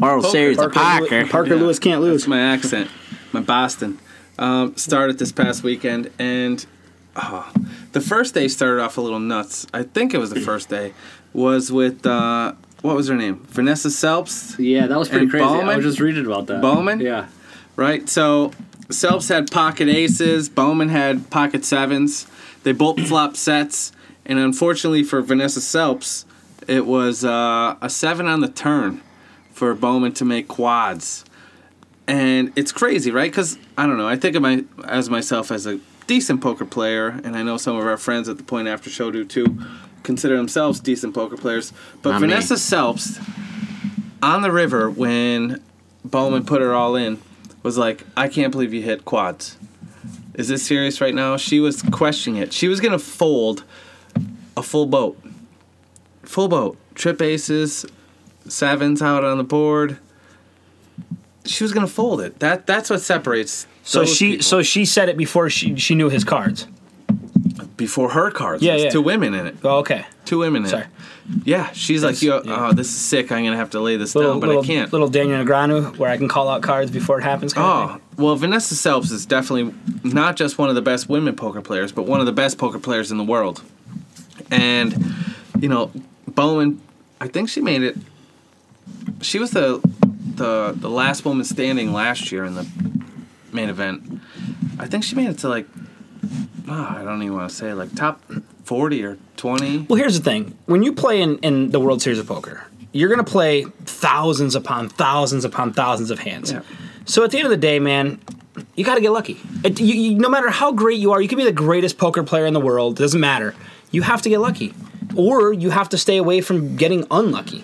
Speaker 1: World Series of Parker.
Speaker 10: Lew- Parker Lewis can't
Speaker 9: That's
Speaker 10: lose.
Speaker 9: my accent, my Boston. Um, started this past weekend, and oh, the first day started off a little nuts. I think it was the first day. Was with uh, what was her name? Vanessa Selps.
Speaker 8: Yeah, that was pretty
Speaker 9: And
Speaker 8: crazy. I
Speaker 9: Ballman?
Speaker 8: was just reading about that.
Speaker 9: Ballman?
Speaker 8: Yeah.
Speaker 9: right? So Selps had pocket aces, Bowman had pocket sevens. They both flopped sets, and unfortunately for Vanessa Selps, it was uh, a seven on the turn for Bowman to make quads. And it's crazy, right? Because I don't know. I think of my as myself as a decent poker player, and I know some of our friends at the Point After Show do too. Consider themselves decent poker players, but
Speaker 1: Not me.
Speaker 9: Vanessa Selps on the river when Bowman put her all in was like, I can't believe you hit quads. Is this serious right now? She was questioning it. She was gonna fold a full boat. Full boat. Trip aces, sevens out on the board. She was gonna fold it. That that's what separates.
Speaker 10: So
Speaker 9: those
Speaker 10: she
Speaker 9: people
Speaker 10: so she said it before she she knew his cards.
Speaker 9: before her cards.
Speaker 10: Yeah,
Speaker 9: There's
Speaker 10: yeah.
Speaker 9: Two women in it.
Speaker 10: Oh, okay.
Speaker 9: Two women in
Speaker 10: Sorry.
Speaker 9: it. Yeah, she's like, Yo, oh, this is sick. I'm gonna have to lay this
Speaker 10: Little,
Speaker 9: down, but
Speaker 10: little,
Speaker 9: I can't.
Speaker 10: little Daniel Negreanu where I can call out cards before it happens. kind of thing.
Speaker 9: Oh, well, Vanessa Selps is definitely not just one of the best women poker players, but one of the best poker players in the world. And, you know, Bowman, I think she made it. She was the the the last woman standing last year in the main event. I think she made it to like, ah, I don't even want to say, like top 40 or twenty.
Speaker 10: Well, here's the thing: when you play in, in the World Series of Poker, you're gonna play thousands upon thousands upon thousands of hands.
Speaker 9: Yeah.
Speaker 10: So at the end of the day, man, you got to get lucky. It, you, you, no matter how great you are, you can be the greatest poker player in the world. Doesn't matter. You have to get lucky, or you have to stay away from getting unlucky.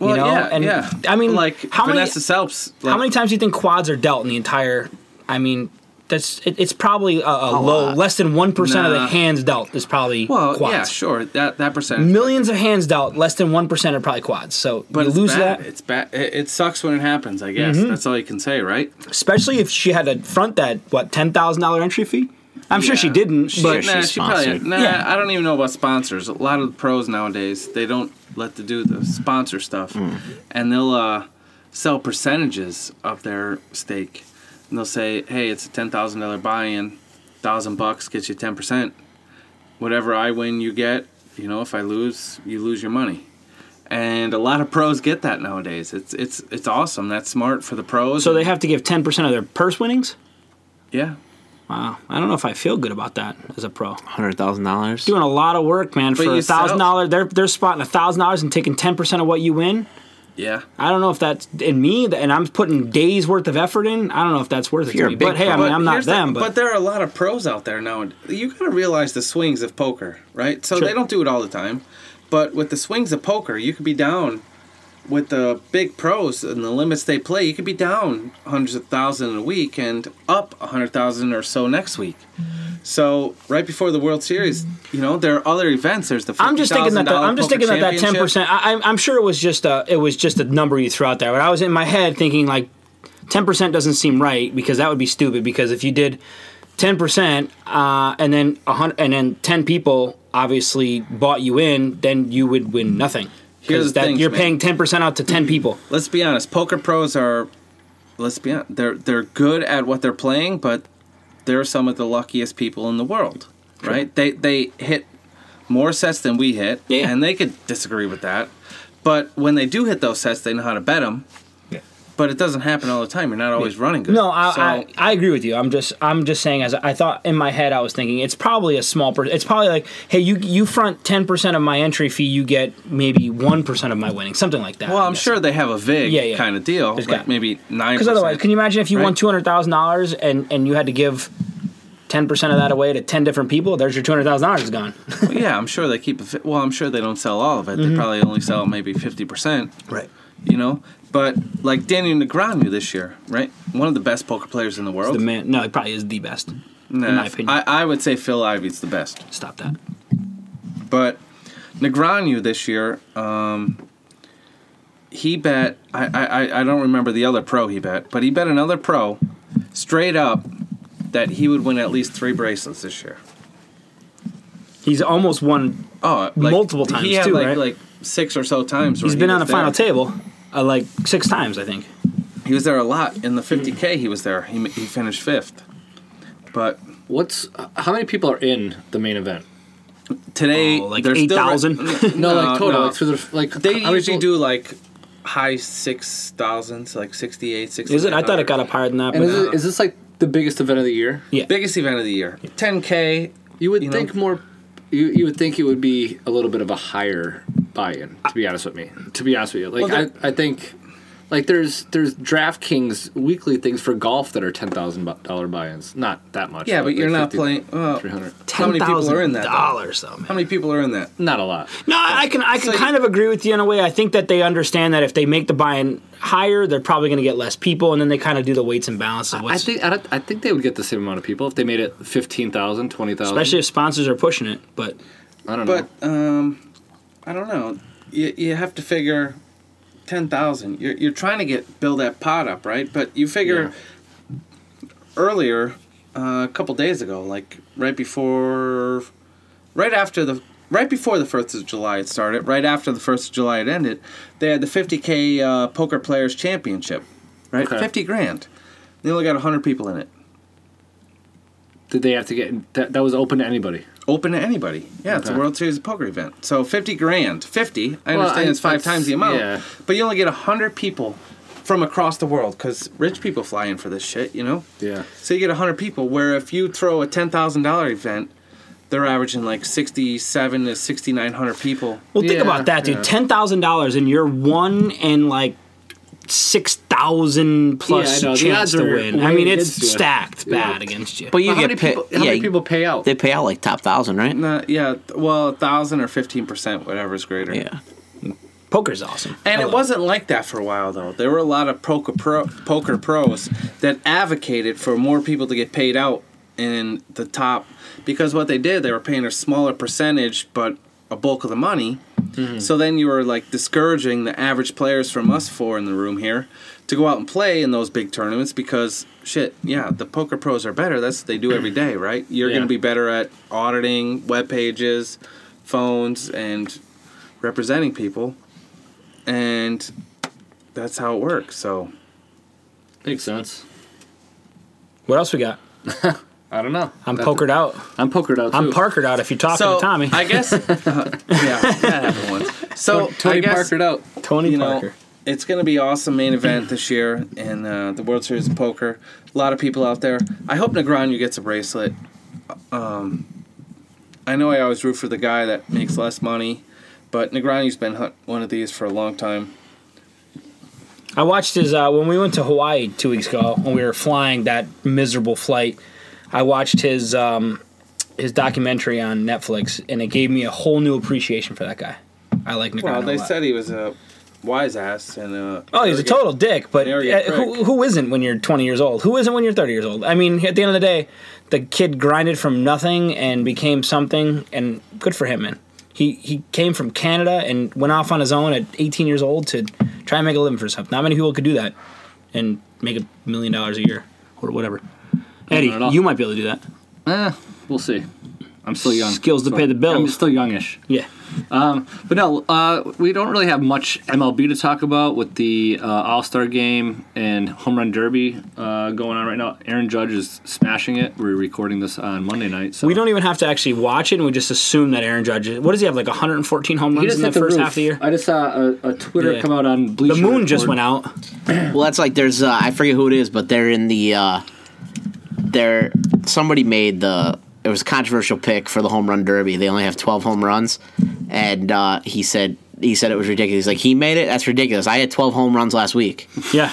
Speaker 9: Well,
Speaker 10: you know?
Speaker 9: yeah,
Speaker 10: and
Speaker 9: yeah.
Speaker 10: I mean,
Speaker 9: like
Speaker 10: how many
Speaker 9: Vanessa Selps? Like,
Speaker 10: how many times do you think quads are dealt in the entire? I mean, that's it, it's probably a, a low,
Speaker 1: lot.
Speaker 10: less than one percent of the
Speaker 9: Nah.
Speaker 10: hands dealt is probably
Speaker 9: Well,
Speaker 10: quads.
Speaker 9: yeah, sure. That that percentage.
Speaker 10: Millions of hands dealt, less than one percent are probably quads. So
Speaker 9: but
Speaker 10: you
Speaker 9: it's
Speaker 10: lose
Speaker 9: bad.
Speaker 10: that,
Speaker 9: It's bad. It, it sucks when it happens. I guess that's all you can say, right?
Speaker 10: especially if she had to front that what ten thousand dollar entry fee. I'm sure she
Speaker 9: Yeah.
Speaker 10: didn't,
Speaker 9: She,
Speaker 10: but
Speaker 9: nah,
Speaker 1: she's
Speaker 9: she probably.
Speaker 1: sponsored.
Speaker 9: Nah,
Speaker 10: Yeah.
Speaker 9: I don't even know about sponsors. A lot of the pros nowadays they don't let to do the sponsor stuff, and they'll uh, sell percentages of their stake. And they'll say, "Hey, it's a ten thousand dollar buy-in. Thousand bucks gets you ten percent. Whatever I win, you get. You know, if I lose, you lose your money." And a lot of pros get that nowadays. It's it's it's awesome. That's smart for the pros.
Speaker 10: so they have to give ten percent of their purse winnings.
Speaker 9: yeah.
Speaker 10: Wow, I don't know if I feel good about that as a pro.
Speaker 1: hundred thousand dollars.
Speaker 10: Doing a lot of work, man, for
Speaker 9: you
Speaker 10: a
Speaker 9: sell-
Speaker 10: thousand dollar. They're they're spotting a thousand dollars and taking ten percent of what you win.
Speaker 9: Yeah.
Speaker 10: I don't know if that's in me, and I'm putting days worth of effort in. I don't know if that's worth it.
Speaker 1: You're
Speaker 10: to
Speaker 1: a
Speaker 10: me.
Speaker 1: big
Speaker 10: But hey, I
Speaker 1: pro.
Speaker 10: mean, I'm not
Speaker 9: here's the-
Speaker 10: them,
Speaker 9: but
Speaker 10: but,
Speaker 9: there are a lot of pros out there now. You got to realize the swings of poker, right? So
Speaker 10: Sure.
Speaker 9: they don't do it all the time, but with the swings of poker, you could be down with the big pros and the limits they play. You could be down hundreds of thousands a week and up a hundred thousand or so next week. So right before the World Series, you know there are other events. There's the
Speaker 10: I'm just thinking that the,
Speaker 9: $50,000
Speaker 10: I'm just
Speaker 9: poker
Speaker 10: thinking that that ten
Speaker 9: championship.
Speaker 10: percent. I'm I'm sure it was just a it was just a number you threw out there, but I was in my head thinking like ten percent doesn't seem right because that would be stupid because if you did ten percent uh, and then a hundred and then ten people obviously bought you in, then you would win nothing. Because
Speaker 9: Here's the
Speaker 10: that
Speaker 9: thing,
Speaker 10: you're
Speaker 9: man.
Speaker 10: paying ten percent out to ten people.
Speaker 9: let's be honest, poker pros are let's be honest, they're they're good at what they're playing, but they're some of the luckiest people in the world. Right? They they hit more sets than we hit,
Speaker 10: Yeah.
Speaker 9: and they could disagree with that. But when they do hit those sets, they know how to bet them. But it doesn't happen all the time. You're not always running good.
Speaker 10: No, I,
Speaker 9: So-
Speaker 10: I I agree with you. I'm just I'm just saying as I thought in my head I was thinking it's probably a small per- it's probably like hey you you front 10% of my entry fee you get maybe 1% of my winnings something like that.
Speaker 9: well, I'm sure they have a vig
Speaker 10: Yeah, yeah.
Speaker 9: kind of deal,
Speaker 10: There's
Speaker 9: like
Speaker 10: got-
Speaker 9: maybe nine.
Speaker 10: Cuz otherwise can you imagine if you won
Speaker 9: right?
Speaker 10: $200,000 and and you had to give 10% of that away to 10 different people there's your $200,000 gone.
Speaker 9: yeah, I'm sure they keep. a fi- Well, I'm sure they don't sell all of it.
Speaker 10: Mm-hmm.
Speaker 9: They probably only sell maybe fifty percent.
Speaker 10: Right.
Speaker 9: you know. But like Danny Negreanu this year, right? One of the best poker players in the world.
Speaker 10: The man no, it probably is the best.
Speaker 9: Nah,
Speaker 10: in my opinion.
Speaker 9: I, I would say Phil Ivey's the best.
Speaker 10: Stop that.
Speaker 9: But Negreanu this year, um, he bet. I, I I- I don't remember the other pro he bet, but he bet another pro straight up that he would win at least three bracelets this year.
Speaker 10: He's almost won
Speaker 9: Oh,
Speaker 10: Multiple times
Speaker 9: he had
Speaker 10: too,
Speaker 9: like,
Speaker 10: right?
Speaker 9: like six or so times.
Speaker 10: he's
Speaker 9: where
Speaker 10: been
Speaker 9: he
Speaker 10: on the
Speaker 9: was
Speaker 10: final
Speaker 9: there.
Speaker 10: table uh, like 6 times I think.
Speaker 9: He was there a lot in the 50k. He was there. He he finished fifth. But
Speaker 5: What's uh, how many people are in the main event?
Speaker 9: today,
Speaker 10: Oh, like
Speaker 9: they're still re-
Speaker 10: 8,000?
Speaker 5: No, like total,
Speaker 9: no.
Speaker 5: like through the like.
Speaker 9: They
Speaker 5: how many
Speaker 9: usually
Speaker 5: people-
Speaker 9: do like high six thousands, like 68, 68.
Speaker 10: Is it? I thought it got up higher than that.
Speaker 5: And
Speaker 10: But
Speaker 5: is, it, is this like the biggest event of the year?
Speaker 9: Biggest event of the year. 10K.
Speaker 5: You would
Speaker 9: You know?
Speaker 5: think more. You, you would think it would be a little bit of a higher buy-in. To be honest with me, to be honest with you, like
Speaker 9: Well, there-
Speaker 5: I, I think, like there's there's DraftKings weekly things for golf that are ten thousand dollar buy-ins. Not that much.
Speaker 9: Yeah, but
Speaker 5: like
Speaker 9: you're not
Speaker 5: 50,
Speaker 9: playing. Well,
Speaker 5: 300.
Speaker 9: how many people are in that? though?
Speaker 10: dollars though, man.
Speaker 9: How many people are in that?
Speaker 5: Not a lot.
Speaker 10: No, I I can I can
Speaker 9: So you-
Speaker 10: kind of agree with you in a way. I think that they understand that if they make the buy-in higher, they're probably going to get less people, and then they kind of do the weights and balance of
Speaker 5: I
Speaker 10: what's.
Speaker 5: think I, don't- I think they would get the same amount of people if they made it 15,000, 20,000.
Speaker 10: especially if sponsors are pushing it, but
Speaker 5: I don't know.
Speaker 9: But um, I don't know. You, you have to figure ten thousand. You're you're trying to get build that pot up, right? But you figure earlier, uh, a couple days ago, like right before, right after the. Right before the first of July it started, right after the first of July it ended, they had the 50k uh, poker players championship, right?
Speaker 5: Okay.
Speaker 9: 50 grand. They only got 100 people in it.
Speaker 5: Did they have to get that? That was open to anybody.
Speaker 9: open to anybody. Yeah, it's a
Speaker 5: Okay.
Speaker 9: World Series poker event. So fifty grand, fifty. I
Speaker 5: Well,
Speaker 9: understand
Speaker 5: I-
Speaker 9: it's five
Speaker 5: that's-
Speaker 9: times the amount,
Speaker 5: yeah.
Speaker 9: but you only get hundred people from across the world because rich people fly in for this shit, you know.
Speaker 5: Yeah.
Speaker 9: So you get hundred people. Where if you throw a ten thousand dollar event, they're averaging like 67 to 6900 people.
Speaker 10: Well, think
Speaker 5: Yeah,
Speaker 10: about that, dude.
Speaker 5: yeah.
Speaker 10: Ten thousand dollars, and you're one in like six thousand plus
Speaker 5: Yeah, I know. The
Speaker 10: chance
Speaker 5: odds
Speaker 10: to
Speaker 5: are
Speaker 10: win. I
Speaker 5: way
Speaker 10: mean, it's
Speaker 5: against you.
Speaker 10: stacked
Speaker 5: Yeah.
Speaker 10: bad against you.
Speaker 1: But you
Speaker 5: how
Speaker 1: get
Speaker 5: many
Speaker 1: paid.
Speaker 5: people, how many people pay out?
Speaker 1: They pay out like top thousand, right?
Speaker 9: Not, yeah, th- well, 1000 or 15%, whatever's greater.
Speaker 1: Yeah.
Speaker 10: Poker's awesome.
Speaker 9: And
Speaker 10: I
Speaker 9: it
Speaker 10: love
Speaker 9: wasn't like that for a while, though. There were a lot of poker, pro, poker pros that advocated for more people to get paid out in the top because what they did, they were paying a smaller percentage but a bulk of the money. So then you were like discouraging the average players from us four in the room here to go out and play in those big tournaments because shit, yeah, the poker pros are better. That's what they do every day, right? You're
Speaker 5: Yeah.
Speaker 9: going to be better at auditing web pages, phones, and representing people and that's how it works. So
Speaker 5: Makes sense.
Speaker 10: What else we got?
Speaker 5: I don't know.
Speaker 10: I'm
Speaker 5: That-
Speaker 10: pokered out.
Speaker 5: I'm pokered out. Too.
Speaker 10: I'm parkered out. If you're talking
Speaker 9: so
Speaker 10: to Tommy,
Speaker 9: I guess uh, yeah, that happened once. So I
Speaker 5: Tony
Speaker 9: guess
Speaker 5: Parkered out.
Speaker 10: Tony
Speaker 9: you
Speaker 10: Parker.
Speaker 9: know it's gonna be awesome main event this year in uh, the World Series of Poker. A lot of people out there. I hope Negreanu gets a bracelet. Um, I know I always root for the guy that makes less money, but Negreanu's been hunt- one of these for a long time.
Speaker 10: I watched his uh, when we went to Hawaii two weeks ago when we were flying that miserable flight. I watched his um, his documentary on Netflix, and it gave me a whole new appreciation for that guy. I like Negreanu
Speaker 9: Well,
Speaker 10: a
Speaker 9: they
Speaker 10: lot.
Speaker 9: said he was a wise ass and uh
Speaker 10: Oh, he's a total dick, but
Speaker 9: Arrogant
Speaker 10: uh, who,
Speaker 9: prick.
Speaker 10: who isn't when you're 20 years old? Who isn't when you're 30 years old? I mean, at the end of the day, the kid grinded from nothing and became something, and good for him, man. He, he came from Canada and went off on his own at 18 years old to try and make a living for himself. Not many people could do that and make a million dollars a year or whatever. Eddie,
Speaker 5: at all.
Speaker 10: you might be able to do that.
Speaker 8: Eh, we'll see. I'm still young.
Speaker 10: Skills to
Speaker 8: So
Speaker 10: pay the bills.
Speaker 8: I'm still youngish.
Speaker 10: Yeah.
Speaker 8: But no, uh, we don't really have much MLB to talk about with the uh, All Star Game and Home Run Derby uh, going on right now. Aaron Judge is smashing it. We're recording this on Monday night, so
Speaker 10: We don't even have to actually watch it, and we just assume that Aaron Judge is. What does he have, like 114 home
Speaker 8: He
Speaker 10: runs
Speaker 8: just
Speaker 10: in
Speaker 8: hit
Speaker 10: that first
Speaker 8: roof.
Speaker 10: half of the year?
Speaker 8: I just saw a, a Twitter
Speaker 10: Yeah.
Speaker 8: come out on
Speaker 10: The
Speaker 8: Bleacher.
Speaker 10: moon just
Speaker 8: Report.
Speaker 10: went out.
Speaker 1: Well, that's like there's uh, I forget who it is, but they're in the uh, they're somebody made the it was a controversial pick for the home run derby. They only have 12 home runs, and uh, he said he said it was ridiculous. He's like he made it. That's ridiculous. I had 12 home runs last week.
Speaker 10: Yeah.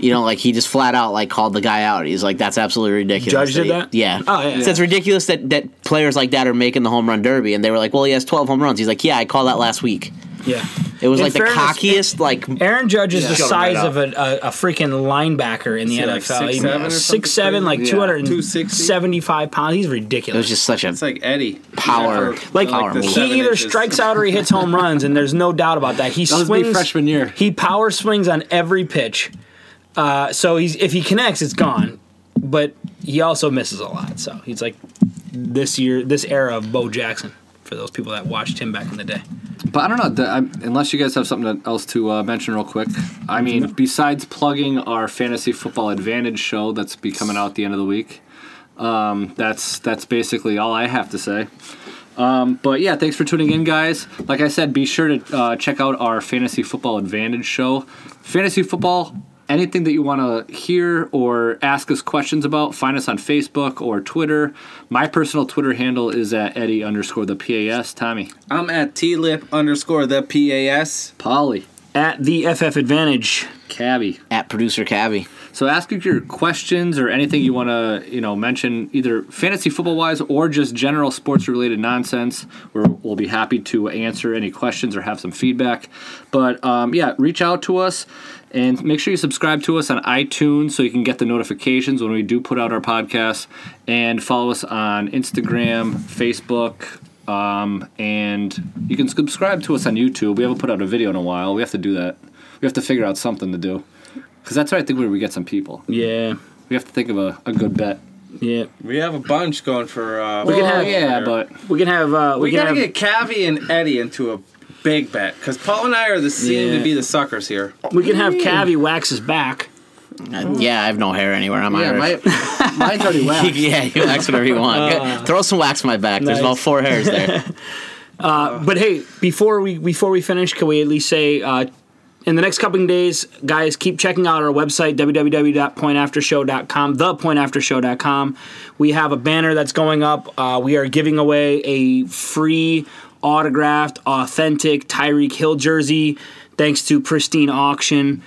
Speaker 1: You know, like he just flat out like called the guy out. He's like, that's absolutely ridiculous.
Speaker 10: Judge did
Speaker 1: he-
Speaker 10: that?
Speaker 1: Yeah.
Speaker 10: Oh, yeah.
Speaker 1: So it's ridiculous that that players like that are making the home run derby, and they were like, well, he has 12 home runs. He's like, yeah, I called that last week.
Speaker 10: Yeah.
Speaker 1: It was
Speaker 10: In
Speaker 1: like the
Speaker 10: fairness,
Speaker 1: cockiest, like
Speaker 10: Aaron Judge is the
Speaker 1: Shut him right
Speaker 10: size
Speaker 1: up.
Speaker 10: of a, a, a freaking linebacker in the
Speaker 9: he,
Speaker 10: NFL.
Speaker 9: like,
Speaker 10: He-
Speaker 9: 6'7" or
Speaker 10: six,
Speaker 9: something
Speaker 10: seven, like
Speaker 9: crazy?
Speaker 10: two hundred and
Speaker 9: 260?
Speaker 10: seventy-five pounds. He's
Speaker 1: it was
Speaker 10: ridiculous.
Speaker 1: just such a
Speaker 9: It's like Eddie.
Speaker 1: Power.
Speaker 10: like
Speaker 1: Like the
Speaker 9: the
Speaker 1: He
Speaker 9: seven
Speaker 10: he either
Speaker 9: inches.
Speaker 10: strikes out or he hits home runs, and there's no doubt about that. He
Speaker 8: That was me
Speaker 10: swings
Speaker 8: freshman year.
Speaker 10: He power swings on every pitch. Uh, so he's if he connects, it's gone. But he also misses a lot. So he's like this year, this era of Bo Jackson. For those people that watched him back in the day,
Speaker 8: But I don't know. The, I, unless you guys have something else to uh, mention real quick. I mean, besides plugging our fantasy football advantage show that's be coming out at the end of the week, um, that's that's basically all I have to say. Um, but yeah, thanks for tuning in, guys. Like I said, be sure to uh, check out our fantasy football advantage show. Fantasy football. Anything that you want to hear or ask us questions about, find us on Facebook or Twitter. My personal Twitter handle is at Eddie underscore the PAS. Tommy.
Speaker 9: I'm at tlip underscore the PAS.
Speaker 8: Polly.
Speaker 10: at the FF Advantage.
Speaker 8: Cabby.
Speaker 1: at producer Cavi.
Speaker 8: So ask if your questions or anything you want to, you know, mention either fantasy football wise or just general sports related nonsense. We're, we'll be happy to answer any questions or have some feedback. But um, yeah, reach out to us and make sure you subscribe to us on iTunes so you can get the notifications when we do put out our podcasts. And follow us on Instagram, Facebook. Um, and you can subscribe to us on YouTube. We haven't put out a video in a while. We have to do that. We have to figure out something to do. Because that's where I think where we get some people.
Speaker 10: Yeah,
Speaker 8: We have to think of a, a good bet.
Speaker 10: yeah.
Speaker 9: We have a bunch going for. Uh,
Speaker 8: We can
Speaker 10: Well,
Speaker 8: have, yeah,
Speaker 9: there.
Speaker 8: but
Speaker 10: We can have. Uh, we,
Speaker 9: we
Speaker 10: can
Speaker 9: gotta
Speaker 10: have,
Speaker 9: get Cavi and Eddie into a big bet because Paul and I are the seem
Speaker 10: Yeah.
Speaker 9: to be the suckers here.
Speaker 10: We can have Cavi wax his back.
Speaker 1: Yeah, I have no hair anywhere. I'm
Speaker 8: yeah,
Speaker 1: Irish.
Speaker 8: my, mine's already waxed.
Speaker 1: yeah, you wax whatever you want. Throw some wax in my back. There's about
Speaker 10: Nice.
Speaker 1: four hairs there.
Speaker 10: But hey, before we before we finish, can we at least say uh, in the next couple of days, guys, keep checking out our website, www.pointaftershow.com, thepointaftershow.com. We have a banner that's going up. Uh, we are giving away a free autographed, authentic Tyreek Hill jersey thanks to Pristine Auction.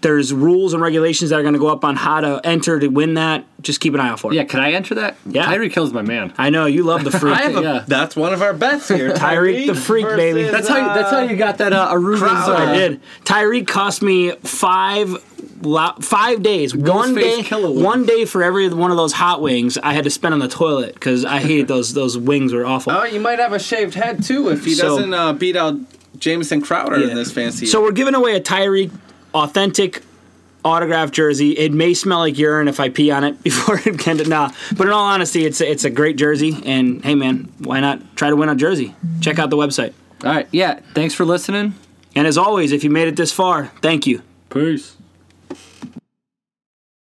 Speaker 10: There's rules and regulations that are going to go up on how to enter to win that. Just keep an eye out for it.
Speaker 8: Yeah, can I enter that?
Speaker 10: Yeah.
Speaker 8: Tyreek Hill's my man.
Speaker 10: I know you love the freak.
Speaker 8: I have a-
Speaker 10: yeah.
Speaker 9: That's one of our bets here.
Speaker 10: Tyreek the freak, baby.
Speaker 9: versus, uh,
Speaker 8: That's how you, that's how you got that uh, Aruba's,
Speaker 10: I
Speaker 8: uh,
Speaker 10: did. Tyreek cost me five lo- five days. One
Speaker 8: Ghostface
Speaker 10: day,
Speaker 8: Killer wings.
Speaker 10: one day for every one of those hot wings I had to spend on the toilet because I hated those. Those wings were awful.
Speaker 9: Oh, you might have a shaved head too if he
Speaker 10: So-
Speaker 9: doesn't uh, beat out Jameson Crowder
Speaker 10: Yeah.
Speaker 9: in this fancy.
Speaker 10: So we're giving away a Tyreek authentic autographed jersey. It may smell like urine if I pee on it before it can. Nah, but in all honesty, it's a, it's a great jersey. And hey, man, why not try to win a jersey? Check out the website.
Speaker 8: All right, yeah. Thanks for listening.
Speaker 10: And as always, if you made it this far, thank you.
Speaker 8: Peace.